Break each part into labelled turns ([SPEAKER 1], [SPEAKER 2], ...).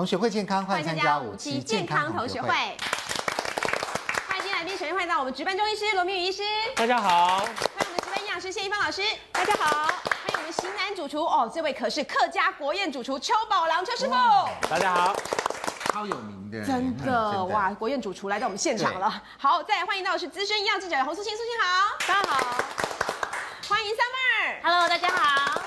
[SPEAKER 1] 同学会健康，欢迎参加五期健康同学会。
[SPEAKER 2] 欢迎今天来宾，首先欢迎到我们值班中医师罗明宇医师，
[SPEAKER 3] 大家好，
[SPEAKER 2] 欢迎我们值班营养师谢一芳老师，
[SPEAKER 4] 大家好。
[SPEAKER 2] 还有我们型男主厨哦，这位可是客家国宴主厨邱宝郎邱师傅。
[SPEAKER 3] 大家好。
[SPEAKER 1] 超有名的，
[SPEAKER 2] 真
[SPEAKER 1] 嗯
[SPEAKER 2] 的哇！，国宴主厨来到我们现场了。好，再来欢迎到的是资深营养记者洪素清，素清好，大家好。欢迎 Summer，
[SPEAKER 4] Hello，大家好。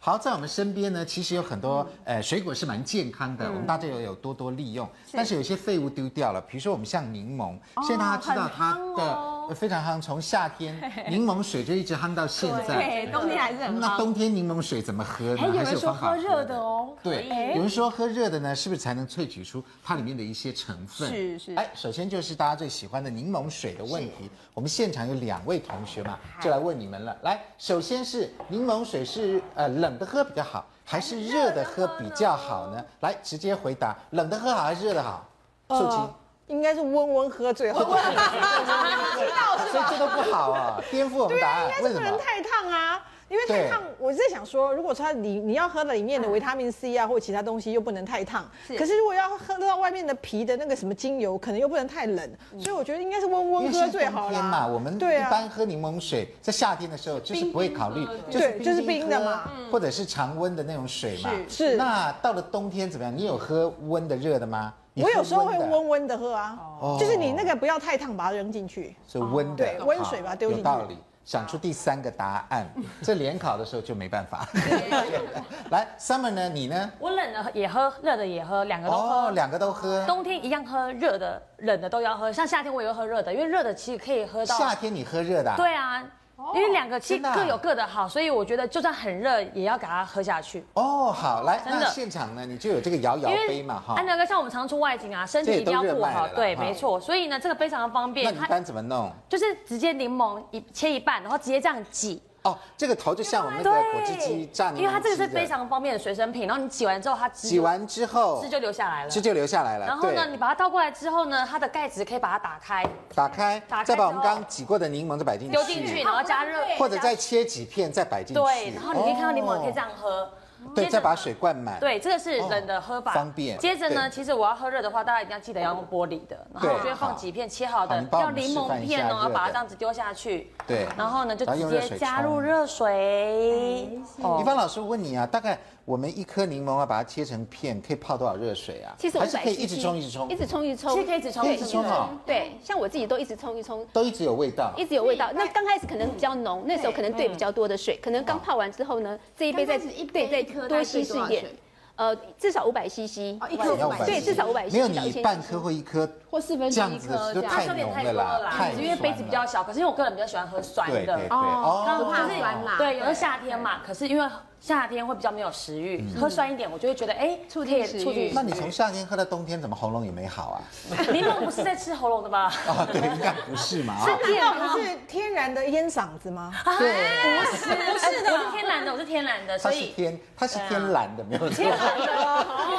[SPEAKER 1] 好，在我们身边呢，其实有很多呃水果是蛮健康的，我们大家有有多多利用。但是有一些废物丢掉了，比如说我们像柠檬，现在大家知道它
[SPEAKER 2] 很夯
[SPEAKER 1] 的
[SPEAKER 2] 哦
[SPEAKER 1] 呃非常夯，从夏天柠檬水就一直夯到现在
[SPEAKER 2] 对，。冬天还是很
[SPEAKER 1] 那
[SPEAKER 2] 好。
[SPEAKER 1] 冬天柠檬水怎么喝呢？
[SPEAKER 4] 哎，有
[SPEAKER 1] 还是
[SPEAKER 4] 人说
[SPEAKER 1] 方法
[SPEAKER 4] 喝热的哦。
[SPEAKER 1] 对，
[SPEAKER 2] 哎
[SPEAKER 1] 有人说喝热的呢，是不是才能萃取出它里面的一些成分？
[SPEAKER 2] 是是
[SPEAKER 1] 哎，首先就是大家最喜欢的柠檬水的问题，我们现场有两位同学嘛，就来问你们了。来，首先是柠檬水是呃冷的喝比较好，还是热的喝比较好呢？来，直接回答，冷的喝好还是热的好？素琴。
[SPEAKER 5] 呃应该是温温喝最好，
[SPEAKER 2] 知道是
[SPEAKER 1] 所以
[SPEAKER 2] 吧？
[SPEAKER 1] 这都不好啊，颠覆我们答案。
[SPEAKER 5] 但
[SPEAKER 1] 为
[SPEAKER 5] 是
[SPEAKER 1] 什
[SPEAKER 5] 不
[SPEAKER 1] 么
[SPEAKER 5] 能？太烫啊，因为太
[SPEAKER 1] 对
[SPEAKER 5] 烫，我是在想说，如果它里你要喝的里面的维他命 C 啊或其他东西又不能太烫，
[SPEAKER 2] 是
[SPEAKER 5] 可是如果要喝到外面的皮的那个什么精油，可能又不能太冷，所以我觉得应该是温
[SPEAKER 1] 因
[SPEAKER 5] 温
[SPEAKER 1] 为
[SPEAKER 5] 喝
[SPEAKER 1] 是
[SPEAKER 5] 最
[SPEAKER 1] 冬
[SPEAKER 5] 好
[SPEAKER 1] 天
[SPEAKER 5] 啦。
[SPEAKER 1] 嘛，我们一
[SPEAKER 5] 对啊
[SPEAKER 1] 般喝柠檬水，在夏天的时候就是不会考虑，
[SPEAKER 5] 对就是冰的
[SPEAKER 1] 喝
[SPEAKER 5] 嘛，嗯
[SPEAKER 1] 或者是常温的那种水嘛。
[SPEAKER 5] 是是
[SPEAKER 1] 那到了冬天怎么样？你有喝温的、热的吗？你喝
[SPEAKER 5] 我有时候会
[SPEAKER 1] 的
[SPEAKER 5] 温，温的喝啊，
[SPEAKER 1] 哦
[SPEAKER 5] 就是你那个不要太烫，把它扔进去。
[SPEAKER 1] 所以温的，
[SPEAKER 5] 哦对
[SPEAKER 1] 好
[SPEAKER 5] 温水吧丢进
[SPEAKER 1] 有
[SPEAKER 5] 去啊
[SPEAKER 1] 道理。想出第三个答 案，这联考的时候就没办法。来，Summer 呢？你呢？
[SPEAKER 4] 我冷的也喝，热的也喝，两个都喝。
[SPEAKER 1] 哦，两个都喝。
[SPEAKER 4] 冬天一样喝热的，冷的都要喝。像夏天我也会喝热的，因为热的其实可以喝到。
[SPEAKER 1] 夏天你喝热的啊、
[SPEAKER 4] 对啊，因为两个其
[SPEAKER 1] 真
[SPEAKER 4] 实
[SPEAKER 1] 的啊
[SPEAKER 4] 各有各的好，所以我觉得就算很热也要给它喝下去。
[SPEAKER 1] 哦，好，来，
[SPEAKER 4] 真的
[SPEAKER 1] 那现场呢，你就有这个摇摇
[SPEAKER 4] 因
[SPEAKER 1] 杯嘛，哈。
[SPEAKER 4] 安德哥像我们常出外景啊，身体
[SPEAKER 1] 这也
[SPEAKER 4] 一定要
[SPEAKER 1] 都热
[SPEAKER 4] 顾
[SPEAKER 1] 卖
[SPEAKER 4] 好
[SPEAKER 1] 了。啦
[SPEAKER 4] 对，
[SPEAKER 1] 哈
[SPEAKER 4] 没错。所以呢，这个非常方
[SPEAKER 1] 那
[SPEAKER 4] 便，
[SPEAKER 1] 你一般怎么弄？
[SPEAKER 4] 就是直接柠檬一切一半，然后直接这样挤。
[SPEAKER 1] 哦，这个头就像我们那个果汁机榨柠檬
[SPEAKER 4] 因为它这个是
[SPEAKER 1] 汁的
[SPEAKER 4] 非常方便的随身品，然后你挤完之后它汁
[SPEAKER 1] 挤完之后
[SPEAKER 4] 汁就流下来了
[SPEAKER 1] 汁。就流下来了。
[SPEAKER 4] 然后呢，
[SPEAKER 1] 对
[SPEAKER 4] 你把它倒过来之后呢，它的盖子可以把它打开，
[SPEAKER 1] 打开
[SPEAKER 4] 打开，
[SPEAKER 1] 再把我
[SPEAKER 4] 之
[SPEAKER 1] 们
[SPEAKER 4] 后
[SPEAKER 1] 刚刚挤过的柠檬再摆进去，
[SPEAKER 4] 丢进去，然后加热，
[SPEAKER 1] 或者再切几片再摆进去。
[SPEAKER 4] 对，然后你可以看到柠檬可以这
[SPEAKER 1] 样，
[SPEAKER 4] 样喝。接
[SPEAKER 1] 哦对，
[SPEAKER 4] 着
[SPEAKER 1] 再把水灌满。
[SPEAKER 4] 对，这个是冷的喝法，
[SPEAKER 1] 哦方便
[SPEAKER 4] 接着
[SPEAKER 1] 对
[SPEAKER 4] 呢，其实我要喝热的话，大家一定要记得要用玻璃的，然后
[SPEAKER 1] 对
[SPEAKER 4] 我就会
[SPEAKER 1] 好
[SPEAKER 4] 放几片切好
[SPEAKER 1] 好
[SPEAKER 4] 的
[SPEAKER 1] 你，帮我
[SPEAKER 4] 要
[SPEAKER 1] 们
[SPEAKER 4] 柠
[SPEAKER 1] 示范
[SPEAKER 4] 檬
[SPEAKER 1] 一
[SPEAKER 4] 片
[SPEAKER 1] 下热
[SPEAKER 4] 哦，
[SPEAKER 1] 的
[SPEAKER 4] 把它这样子丢下去。
[SPEAKER 1] 对
[SPEAKER 4] 然后呢，就
[SPEAKER 1] 然后
[SPEAKER 4] 直
[SPEAKER 1] 用热
[SPEAKER 4] 接
[SPEAKER 1] 水
[SPEAKER 4] 加入
[SPEAKER 1] 冲哎
[SPEAKER 4] 热水。哦
[SPEAKER 1] 一方老师问你啊，大概我们一颗柠檬啊，把它切成片，可以泡多少热水啊？
[SPEAKER 6] 其实
[SPEAKER 1] 还
[SPEAKER 6] 我
[SPEAKER 1] 是可以一直冲，一直冲
[SPEAKER 6] 一，直冲一直冲，
[SPEAKER 4] 其实可以一直冲
[SPEAKER 1] 可以一直冲啊
[SPEAKER 6] 对，像我自己都一直冲一冲，
[SPEAKER 1] 都一直有味道。
[SPEAKER 6] 一直有味道。那刚开始可能比较浓，那时候可能兑比较多的水，可能刚泡完之后呢，这一杯再
[SPEAKER 7] 刚开始一
[SPEAKER 6] 对
[SPEAKER 7] 杯
[SPEAKER 6] 再
[SPEAKER 7] 一颗大
[SPEAKER 6] 多
[SPEAKER 7] 概
[SPEAKER 6] 稀
[SPEAKER 7] 是
[SPEAKER 6] 释
[SPEAKER 7] 多
[SPEAKER 6] 一
[SPEAKER 7] 少
[SPEAKER 6] 点
[SPEAKER 7] 水，
[SPEAKER 6] 呃，至少五百 CC，
[SPEAKER 7] 一颗
[SPEAKER 1] 要
[SPEAKER 7] 500
[SPEAKER 1] 500
[SPEAKER 6] 对，至少五百 CC，
[SPEAKER 1] 没有你半颗或一颗，
[SPEAKER 7] 或四分
[SPEAKER 1] 这
[SPEAKER 7] 之
[SPEAKER 1] 样
[SPEAKER 7] 一
[SPEAKER 1] 子
[SPEAKER 7] 颗
[SPEAKER 1] 就
[SPEAKER 7] 这
[SPEAKER 4] 它
[SPEAKER 1] 太
[SPEAKER 7] 样。
[SPEAKER 4] 有点
[SPEAKER 1] 浓
[SPEAKER 4] 太
[SPEAKER 1] 了
[SPEAKER 4] 多
[SPEAKER 1] 啦
[SPEAKER 4] 了啦
[SPEAKER 1] 太，
[SPEAKER 4] 因为杯子比较小，可是因为我个人比较喜欢喝酸
[SPEAKER 1] 对对
[SPEAKER 4] 的
[SPEAKER 1] 对。哦
[SPEAKER 4] 刚
[SPEAKER 7] 怕
[SPEAKER 4] 就是
[SPEAKER 7] 酸辣
[SPEAKER 4] 对，有时候嗯夏天嘛，可是因为夏天会比较没有食欲，喝酸一点，我就会觉得哎，可以
[SPEAKER 7] 食欲
[SPEAKER 4] 嗯促进
[SPEAKER 1] 那你从夏天喝到冬天，怎么喉咙也没好啊？
[SPEAKER 4] 柠檬不是在吃喉咙的 吗？
[SPEAKER 1] 啊，对，应该不是嘛。啊
[SPEAKER 5] 那难道不是天然的烟嗓子吗？
[SPEAKER 1] 对，
[SPEAKER 4] 不是，不是的，我是天然的，我是天然的，
[SPEAKER 1] 它
[SPEAKER 4] 所
[SPEAKER 1] 是
[SPEAKER 4] 以
[SPEAKER 1] 天，它是天蓝的，没有错。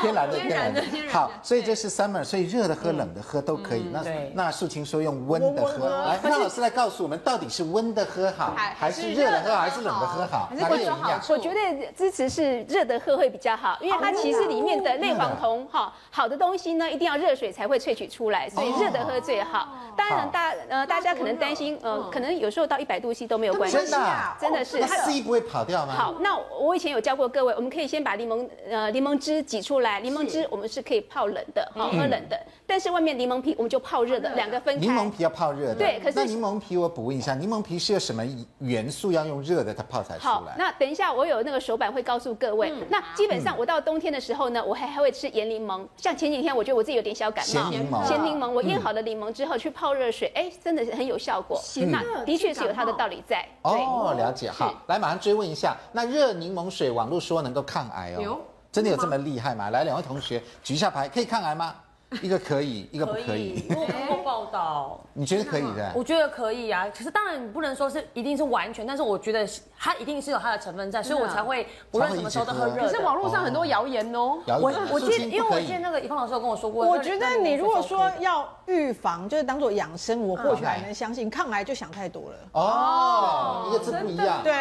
[SPEAKER 1] 天然的，天然的，好，所以这是 summer，所以热的喝、冷的喝都可以。那
[SPEAKER 4] 对
[SPEAKER 1] 那素琴说用温的
[SPEAKER 5] 温温
[SPEAKER 1] 喝，
[SPEAKER 5] 喝
[SPEAKER 1] 来，潘老师来告诉我们，到底是温的喝好，还是热的喝好，还是冷的喝好？哪个有营养？
[SPEAKER 6] 我觉得支持是热的喝会比较好，因为它其实里面的类黄酮
[SPEAKER 1] 啊
[SPEAKER 6] 哈，好的东西呢一定要热水才会萃取出来，所以热
[SPEAKER 1] 哦
[SPEAKER 6] 的喝最好。当然大呃大家可能担心呃，可能有时候到一百度 C 都没有关系
[SPEAKER 1] 真，的啊，
[SPEAKER 6] 真的是
[SPEAKER 1] 那
[SPEAKER 6] 它
[SPEAKER 1] C 不会跑掉吗？
[SPEAKER 6] 好，那我以前有教过各位，我们可以先把柠檬呃柠檬汁挤出来，柠檬汁我们是可以泡冷的，好、
[SPEAKER 1] 嗯
[SPEAKER 6] 喝冷的，但是外面柠檬皮我们就泡热的，两个分开。
[SPEAKER 1] 柠檬皮要泡热的，
[SPEAKER 6] 对可是
[SPEAKER 1] 那柠檬皮我补问一下，柠檬皮是有什么元素要用热的它泡才出
[SPEAKER 6] 好
[SPEAKER 1] 来，？嗯
[SPEAKER 6] 那等一下我有那个手板会告诉各位。那基本上我到冬天的时候呢，我还还会吃盐柠檬。像前几天我觉得我自己有点小感冒，
[SPEAKER 1] 咸柠檬
[SPEAKER 6] 咸柠檬我腌好的柠檬之后去泡热水，哎，真的是很有效果。那的确是有它的道理在。
[SPEAKER 1] 哦，了解。好，来马上追问一下，那热柠檬水网络说能够抗癌哦，真的有这么厉害吗？来，两位同学举一下牌，可以抗癌 吗？一个可以，一个不可以。
[SPEAKER 4] 我有看过报道，
[SPEAKER 1] 你觉得可以的？
[SPEAKER 4] 我觉得可以啊。可是当然你不能说是一定是完全，但是我觉得它一定是有它的成分在，所以我才会不论什么时候都喝热
[SPEAKER 1] 可
[SPEAKER 7] 可
[SPEAKER 4] 的
[SPEAKER 7] 是。网络上很多谣言哦，
[SPEAKER 1] 摇一
[SPEAKER 4] 我
[SPEAKER 1] 摇
[SPEAKER 4] 我
[SPEAKER 1] 素
[SPEAKER 4] 记得，
[SPEAKER 1] 心
[SPEAKER 4] 因为
[SPEAKER 1] 不可
[SPEAKER 4] 我
[SPEAKER 1] 以
[SPEAKER 4] 记得那个以方老师有跟我说过，
[SPEAKER 5] 我
[SPEAKER 4] 那
[SPEAKER 5] 觉得
[SPEAKER 4] 那
[SPEAKER 5] 你如果说
[SPEAKER 4] 那
[SPEAKER 5] 要预防，就是当做养生，我或许还
[SPEAKER 1] 嗯
[SPEAKER 5] 能相信，抗癌就想太多了。
[SPEAKER 4] 哦
[SPEAKER 1] 哦，一个字不一样。
[SPEAKER 5] 对，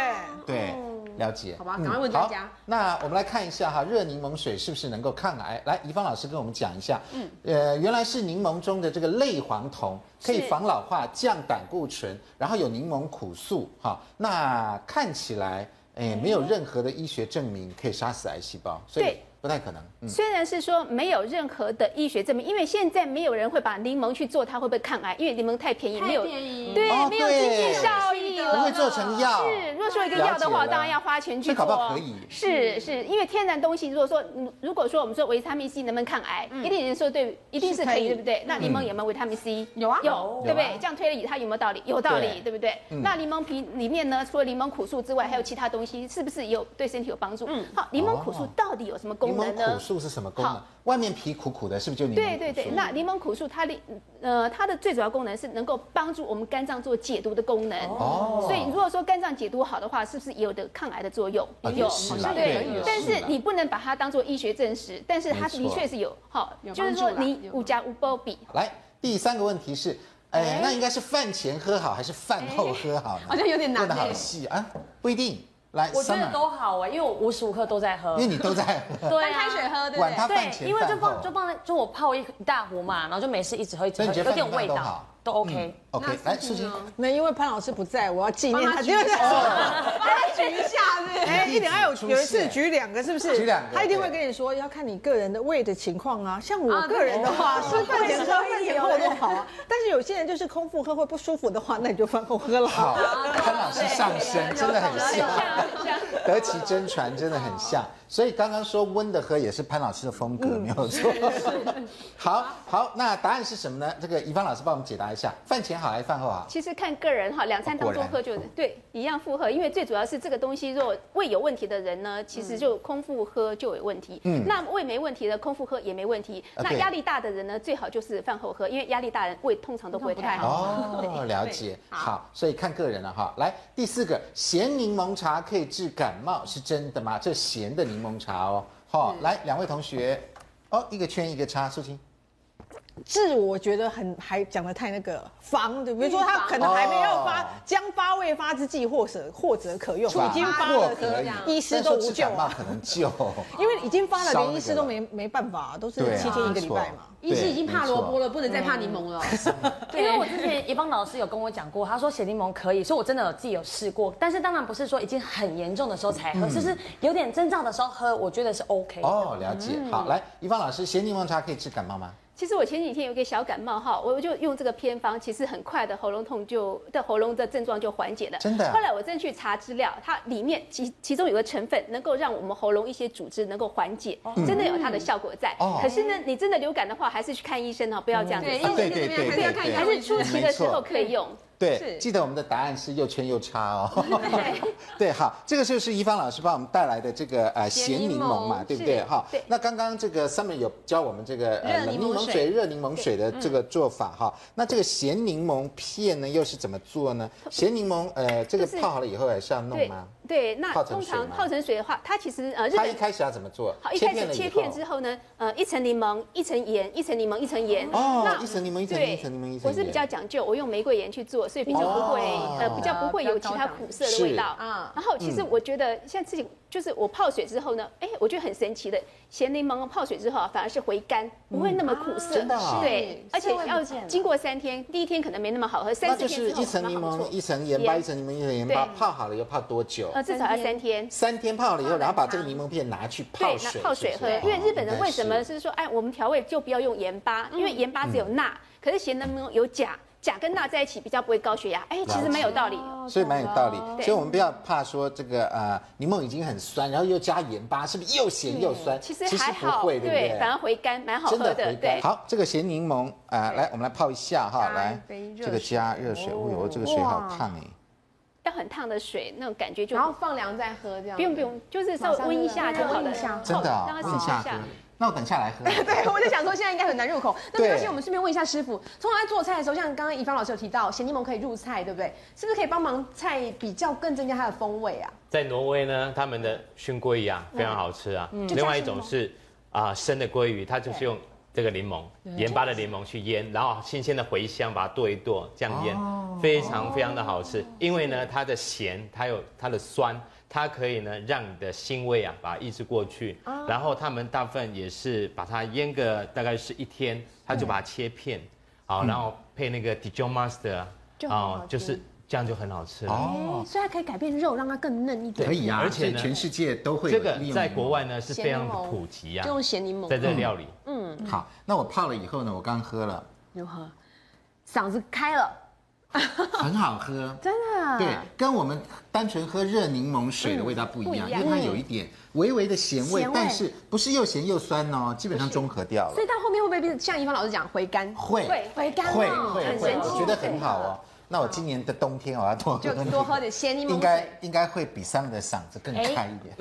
[SPEAKER 1] 对，了解，嗯
[SPEAKER 2] 好吧赶快问专家
[SPEAKER 1] 好那我们来看一下哈，热柠檬水是不是能够抗癌？来，怡芳老师跟我们讲一下。嗯，呃，原来是柠檬中的这个类黄酮可以防老化、降胆固醇，然后有柠檬苦素哈。那看起来，哎，没有任何的医学证明可以杀死癌细胞，所以
[SPEAKER 6] 对
[SPEAKER 1] 不太可能。嗯，
[SPEAKER 6] 虽然是说没有任何的医学证明，因为现在没有人会把柠檬去做它会不会抗癌，因为柠檬太便宜，没有
[SPEAKER 7] 宜
[SPEAKER 6] 对、
[SPEAKER 1] 哦
[SPEAKER 6] 没有经济
[SPEAKER 1] 对
[SPEAKER 6] 效益
[SPEAKER 1] 不
[SPEAKER 6] 了
[SPEAKER 1] 会。做成药。
[SPEAKER 6] 是，如果说一个
[SPEAKER 1] 了
[SPEAKER 6] 药的话，
[SPEAKER 1] 解
[SPEAKER 6] 我当然
[SPEAKER 1] 了
[SPEAKER 6] 要花钱去
[SPEAKER 1] 这
[SPEAKER 6] 做。
[SPEAKER 1] 搞不好可以
[SPEAKER 6] 是是，因为天然东西，如果说嗯如果说我们说维他命 C 能不能抗癌，一定有人说对，一定嗯是可
[SPEAKER 5] 可
[SPEAKER 6] 以，
[SPEAKER 5] 以
[SPEAKER 6] 对不对？那柠檬有没有维他命 C？
[SPEAKER 2] 有啊
[SPEAKER 6] 有，对不
[SPEAKER 1] 嗯有啊
[SPEAKER 6] 对？这样推理它有没有道理？有道理
[SPEAKER 1] 对，嗯
[SPEAKER 6] 对不对？那柠檬皮里面呢，除了柠檬苦素之外，还有其他东西，是不是有对身体有帮助？嗯，好，柠檬苦素
[SPEAKER 1] 哦
[SPEAKER 6] 到底有什么
[SPEAKER 1] 柠
[SPEAKER 6] 功
[SPEAKER 1] 檬
[SPEAKER 6] 能呢
[SPEAKER 1] 苦？素是什么功能
[SPEAKER 6] 好？
[SPEAKER 1] 外面皮苦苦的，是不是就柠檬苦
[SPEAKER 6] 对
[SPEAKER 1] 素？
[SPEAKER 6] 对对，那柠檬苦素它的呃它的最主要功能是能够帮助我们肝脏做解毒的功能。
[SPEAKER 1] 哦
[SPEAKER 6] 所以如果说肝脏解毒好的话，是不是也有的抗癌的作用
[SPEAKER 1] 啊？
[SPEAKER 6] 有，
[SPEAKER 1] 也是啦
[SPEAKER 6] 对
[SPEAKER 1] 对也是啦
[SPEAKER 6] 但是你不能把它当做医学证实，但是它
[SPEAKER 1] 没
[SPEAKER 6] 的
[SPEAKER 1] 错
[SPEAKER 6] 确是有哈
[SPEAKER 7] 有，
[SPEAKER 6] 就是
[SPEAKER 7] 帮助
[SPEAKER 6] 说
[SPEAKER 7] 啦
[SPEAKER 6] 你
[SPEAKER 7] 有
[SPEAKER 6] 五加五波比。
[SPEAKER 1] 来，第三个问题是，哎，那应该是饭前喝好还是饭后喝好
[SPEAKER 7] 哎
[SPEAKER 1] 呢？
[SPEAKER 2] 好像有点难
[SPEAKER 1] 问的好
[SPEAKER 2] 欸
[SPEAKER 1] 细啊，不一定。来，
[SPEAKER 4] 我觉
[SPEAKER 1] Summer
[SPEAKER 4] 得都好哎、因为我无时无刻都在喝
[SPEAKER 1] 因为。你都在喝，
[SPEAKER 4] 对啊
[SPEAKER 2] 当开水喝，对不
[SPEAKER 1] 管
[SPEAKER 2] 对
[SPEAKER 1] 它？饭前
[SPEAKER 4] 对，因为就
[SPEAKER 1] 饭后
[SPEAKER 4] 放就放在就我泡一一大壶嘛，然后就没事一直喝一直
[SPEAKER 1] 所以
[SPEAKER 4] 喝，
[SPEAKER 1] 你觉
[SPEAKER 4] 有
[SPEAKER 1] 得饭
[SPEAKER 4] 点
[SPEAKER 1] 前饭
[SPEAKER 4] 味
[SPEAKER 1] 都
[SPEAKER 4] 道
[SPEAKER 1] 好，嗯
[SPEAKER 4] 都 OK。
[SPEAKER 1] OK，来，素心，
[SPEAKER 5] 那因为潘老师不在，我要纪念
[SPEAKER 2] 帮他
[SPEAKER 5] 他，
[SPEAKER 2] 举
[SPEAKER 5] 对不对？
[SPEAKER 2] 帮他举一下，是不是？
[SPEAKER 5] 哎，一点二
[SPEAKER 1] 出
[SPEAKER 5] 有有一次
[SPEAKER 1] 现
[SPEAKER 5] 举两个，是不是？
[SPEAKER 1] 举两个
[SPEAKER 5] 他一定会
[SPEAKER 1] 对
[SPEAKER 5] 跟你说，要看你个人的胃的情况啊。像我
[SPEAKER 7] 啊
[SPEAKER 5] 个人的话，
[SPEAKER 2] 哦
[SPEAKER 7] 对
[SPEAKER 5] 是饭前喝，
[SPEAKER 7] 对
[SPEAKER 5] 饭前喝都好啊。但是有些人就是空腹喝会不舒服的话，那你就饭后喝了。
[SPEAKER 1] 好，潘老师上身真的很像，得其真传真的很像，所以刚刚说温的喝也是潘老师的风格，没有错。 好好，那答案是什么呢？这个怡芳老师帮我们解答一下，饭前好还是饭后好？
[SPEAKER 6] 其实看个人
[SPEAKER 1] 哦
[SPEAKER 6] 哈，两餐当中喝就对一样负荷，因为最主要是这个东西，如果胃有问题的人呢，其实就空腹喝就有问题。
[SPEAKER 1] 嗯
[SPEAKER 6] 那胃没问题的空腹喝也没问题。
[SPEAKER 1] 啊
[SPEAKER 6] 那
[SPEAKER 1] 对
[SPEAKER 6] 压力大的人呢，最好就是饭后喝，因为压力大人胃通常都不会太好。
[SPEAKER 1] 哦，了解，好，所以看个人了哈。来，第四个，咸柠檬茶可以治感冒，是真的吗？这咸的柠檬茶哦，
[SPEAKER 5] 嗯
[SPEAKER 1] 好，来，两位同学，哦，一个圈一个叉，素清，
[SPEAKER 5] 治我觉得很还讲的太那个防，对，比如说他可能还没有发
[SPEAKER 1] 哦，
[SPEAKER 5] 将发未发之际，或者或者可用，已经发
[SPEAKER 1] 或
[SPEAKER 5] 了，
[SPEAKER 1] 可以，
[SPEAKER 5] 医师
[SPEAKER 1] 但
[SPEAKER 5] 都
[SPEAKER 1] 说
[SPEAKER 5] 无
[SPEAKER 1] 治
[SPEAKER 5] 救
[SPEAKER 1] 感冒
[SPEAKER 5] 啊。
[SPEAKER 1] 可能救，
[SPEAKER 5] 因为已经发了，
[SPEAKER 1] 烧那
[SPEAKER 5] 连
[SPEAKER 1] 个
[SPEAKER 5] 医师都
[SPEAKER 1] 了
[SPEAKER 5] 没没办法， 都是
[SPEAKER 1] 对啊，
[SPEAKER 5] 七天一个礼拜嘛。
[SPEAKER 1] 没
[SPEAKER 2] 医
[SPEAKER 1] 错
[SPEAKER 2] 师已经怕萝
[SPEAKER 1] 对
[SPEAKER 2] 卜。
[SPEAKER 1] 没错
[SPEAKER 2] 了，不能再怕柠檬了。
[SPEAKER 4] 因为我之前一帮老师有跟我讲过，他说血柠檬可以，所以我真的有自己有试过，但是当然不是说已经很严重的时候才喝，就是有点征兆的时候喝，我觉得是 OK
[SPEAKER 1] 嗯
[SPEAKER 4] 的。
[SPEAKER 1] 哦，了解，
[SPEAKER 5] 嗯
[SPEAKER 1] 好，来，怡芳老师，咸柠檬茶可以治感冒吗？
[SPEAKER 6] 其实我前几天有一个小感冒哈，我就用这个偏方，其实很快的喉咙痛就的喉咙的症状就缓解了。
[SPEAKER 1] 真的啊
[SPEAKER 6] 后来我真去查资料，它里面其其中有个成分能够让我们喉咙一些组织能够缓解，真的有它的效果在。
[SPEAKER 1] 哦
[SPEAKER 6] 可是呢，你真的流感的话，还是去看医生哦，不要这样子。
[SPEAKER 2] 对，医
[SPEAKER 1] 啊
[SPEAKER 2] 生
[SPEAKER 1] 对
[SPEAKER 2] 这
[SPEAKER 1] 对
[SPEAKER 2] 边还
[SPEAKER 1] 对
[SPEAKER 2] 是要
[SPEAKER 1] 对
[SPEAKER 2] 看
[SPEAKER 1] 对
[SPEAKER 2] 一下
[SPEAKER 6] 还
[SPEAKER 2] 医
[SPEAKER 6] 是
[SPEAKER 2] 生。
[SPEAKER 6] 初期的时候可以用。
[SPEAKER 1] 对，
[SPEAKER 2] 是
[SPEAKER 1] 记得我们的答案是又圈又叉哦。 对，好，这个就是怡芳老师帮我们带来的这个呃咸
[SPEAKER 2] 咸柠
[SPEAKER 1] 柠檬嘛，
[SPEAKER 2] 檬
[SPEAKER 1] 对不对？
[SPEAKER 6] 是
[SPEAKER 1] 哈
[SPEAKER 6] 对，
[SPEAKER 1] 那刚刚这个 Summer 有教我们这个
[SPEAKER 2] 热
[SPEAKER 1] 呃冷
[SPEAKER 2] 柠
[SPEAKER 1] 柠
[SPEAKER 2] 檬
[SPEAKER 1] 檬
[SPEAKER 2] 水
[SPEAKER 1] 水、热柠檬水的
[SPEAKER 6] 嗯
[SPEAKER 1] 这个做法哈。那这个咸柠檬片呢，又是怎么做呢？咸柠檬呃，这个
[SPEAKER 6] 就是
[SPEAKER 1] 泡好了以后还是要弄
[SPEAKER 6] 对
[SPEAKER 1] 吗？
[SPEAKER 6] 对，那
[SPEAKER 1] 泡成
[SPEAKER 6] 通
[SPEAKER 1] 水
[SPEAKER 6] 常
[SPEAKER 1] 吗
[SPEAKER 6] 泡成水的话，它其实呃日
[SPEAKER 1] 它一
[SPEAKER 6] 本。
[SPEAKER 1] 开始要怎么做？
[SPEAKER 6] 好，一开始
[SPEAKER 1] 了以
[SPEAKER 6] 切片之
[SPEAKER 1] 后，
[SPEAKER 6] 后呢，呃，一层柠檬，一层盐，一层柠檬，一层盐。
[SPEAKER 1] 哦
[SPEAKER 6] 那
[SPEAKER 1] 一层柠檬一层
[SPEAKER 6] 对
[SPEAKER 1] 盐一层柠檬一层
[SPEAKER 6] 我是比较
[SPEAKER 1] 盐
[SPEAKER 6] 讲究，我用玫瑰盐去做，所以比较不会
[SPEAKER 1] 哦，
[SPEAKER 6] 呃，比较不会有其他苦涩的味道。
[SPEAKER 2] 是嗯
[SPEAKER 6] 啊。然后其实我觉得像自己，就是我泡水之后呢，哎，我觉得很神奇的，咸柠檬泡水之后啊，反而是回甘，不会那么苦
[SPEAKER 1] 嗯
[SPEAKER 6] 涩。
[SPEAKER 1] 真的啊
[SPEAKER 6] 对，而且要经过三天，第一天可能没那么好喝，
[SPEAKER 1] 那
[SPEAKER 6] 三
[SPEAKER 1] 就
[SPEAKER 6] 四
[SPEAKER 1] 是
[SPEAKER 6] 天之后
[SPEAKER 1] 一层柠
[SPEAKER 6] 慢慢好
[SPEAKER 1] 檬
[SPEAKER 6] 处
[SPEAKER 1] 一层盐巴，
[SPEAKER 6] 盐
[SPEAKER 1] 一层柠檬一层盐巴，
[SPEAKER 6] 对
[SPEAKER 1] 泡好了以后泡多久？
[SPEAKER 6] 呃，至少要三天。
[SPEAKER 1] 三天泡了以后，然后把这个柠檬片拿去泡
[SPEAKER 6] 对，
[SPEAKER 1] 水，
[SPEAKER 6] 那泡水
[SPEAKER 1] 是不
[SPEAKER 6] 喝
[SPEAKER 1] 是，
[SPEAKER 6] 因为日本人为
[SPEAKER 1] 哦
[SPEAKER 6] 什？
[SPEAKER 1] 应
[SPEAKER 6] 么
[SPEAKER 1] 该是
[SPEAKER 6] 是说，哎，我们调味就不要用盐巴，因为盐巴只有钠，可是咸柠檬有钾，钾跟钠在一起比较不会高血压，哎，其实蛮有道理。
[SPEAKER 1] 所以蛮有道理，
[SPEAKER 6] 对
[SPEAKER 1] 所以我们不要怕说这个呃柠檬已经很酸，然后又加盐巴，是不是又咸又酸？
[SPEAKER 6] 其实还
[SPEAKER 1] 不
[SPEAKER 6] 好，
[SPEAKER 1] 会，对不对？
[SPEAKER 6] 反而回甘，蛮好
[SPEAKER 1] 真
[SPEAKER 6] 喝
[SPEAKER 1] 的
[SPEAKER 6] 的
[SPEAKER 1] 回，甘
[SPEAKER 6] 对。
[SPEAKER 1] 好，这个咸柠檬啊，来我们来泡一下哈，来这个加热水，哦呦，这个水好烫哎，
[SPEAKER 6] 要很烫的水，那种感觉就
[SPEAKER 2] 然后放凉再喝，这样
[SPEAKER 6] 不用不用，就是稍微温一下就好了，
[SPEAKER 1] 真的啊
[SPEAKER 6] 让，它
[SPEAKER 1] 问一
[SPEAKER 6] 试
[SPEAKER 1] 下
[SPEAKER 6] 一
[SPEAKER 1] 喝
[SPEAKER 6] 下。。
[SPEAKER 1] 那我等下来喝。
[SPEAKER 2] 对，我就想说现在应该很难入口。那
[SPEAKER 1] 对
[SPEAKER 2] 没关系，我们顺便问一下师傅，通常在做菜的时候，像刚刚怡芳老师有提到，咸柠檬可以入菜，对不对？是不是可以帮忙菜比较更增加它的风味啊？
[SPEAKER 3] 在挪威呢，他们的熏鲑鱼啊非常好吃啊。另外一种是啊、生的鲑鱼，它就是用这个柠檬盐巴的柠檬去腌，然后新鲜的茴香把它剁一剁，这样腌，非常非常的好吃。因为呢，它的咸，它有它的酸，它可以呢让你的腥味啊把它抑制过去。然后他们大部分也是把它腌个大概是一天，他就把它切片，好，然后配那个 Dijon Master 啊
[SPEAKER 7] 就很好
[SPEAKER 3] 哦，就是这样就很好吃了。
[SPEAKER 1] 哦，
[SPEAKER 7] 所以它可以改变肉，让它更嫩一点。
[SPEAKER 1] 可以啊，
[SPEAKER 3] 而
[SPEAKER 1] 而且
[SPEAKER 3] 且呢
[SPEAKER 1] 全世界都会有
[SPEAKER 3] 这个
[SPEAKER 1] 利用嗯
[SPEAKER 3] 在
[SPEAKER 1] 柠檬
[SPEAKER 3] 国外呢是非常
[SPEAKER 7] 柠檬
[SPEAKER 3] 普及啊
[SPEAKER 7] 就，用嗯咸柠檬
[SPEAKER 3] 在，这个料理。
[SPEAKER 1] 好。那我泡了以后呢，我刚喝了，
[SPEAKER 7] 如何？嗓子开了，
[SPEAKER 1] 很好喝，
[SPEAKER 7] 真
[SPEAKER 2] 啊
[SPEAKER 7] 的。
[SPEAKER 1] 对，跟我们单纯喝热柠檬水的味道不一样，因为它有一点微微的咸味，
[SPEAKER 2] 嗯
[SPEAKER 7] 咸味
[SPEAKER 1] 但是不是又咸又酸哦，基本上中和掉了
[SPEAKER 2] 所。以到后面会不会变像一方老师讲回甘？
[SPEAKER 1] 会
[SPEAKER 6] 会
[SPEAKER 1] 会
[SPEAKER 2] 干
[SPEAKER 1] 会
[SPEAKER 2] 哦
[SPEAKER 1] 会
[SPEAKER 2] 很神
[SPEAKER 1] 我
[SPEAKER 2] 奇
[SPEAKER 1] 觉得很好哦。那我今年的冬天我要多
[SPEAKER 2] 就
[SPEAKER 1] 喝那个
[SPEAKER 2] 多喝点鲜柠檬水
[SPEAKER 1] 应该应该会比上的嗓子更开一点。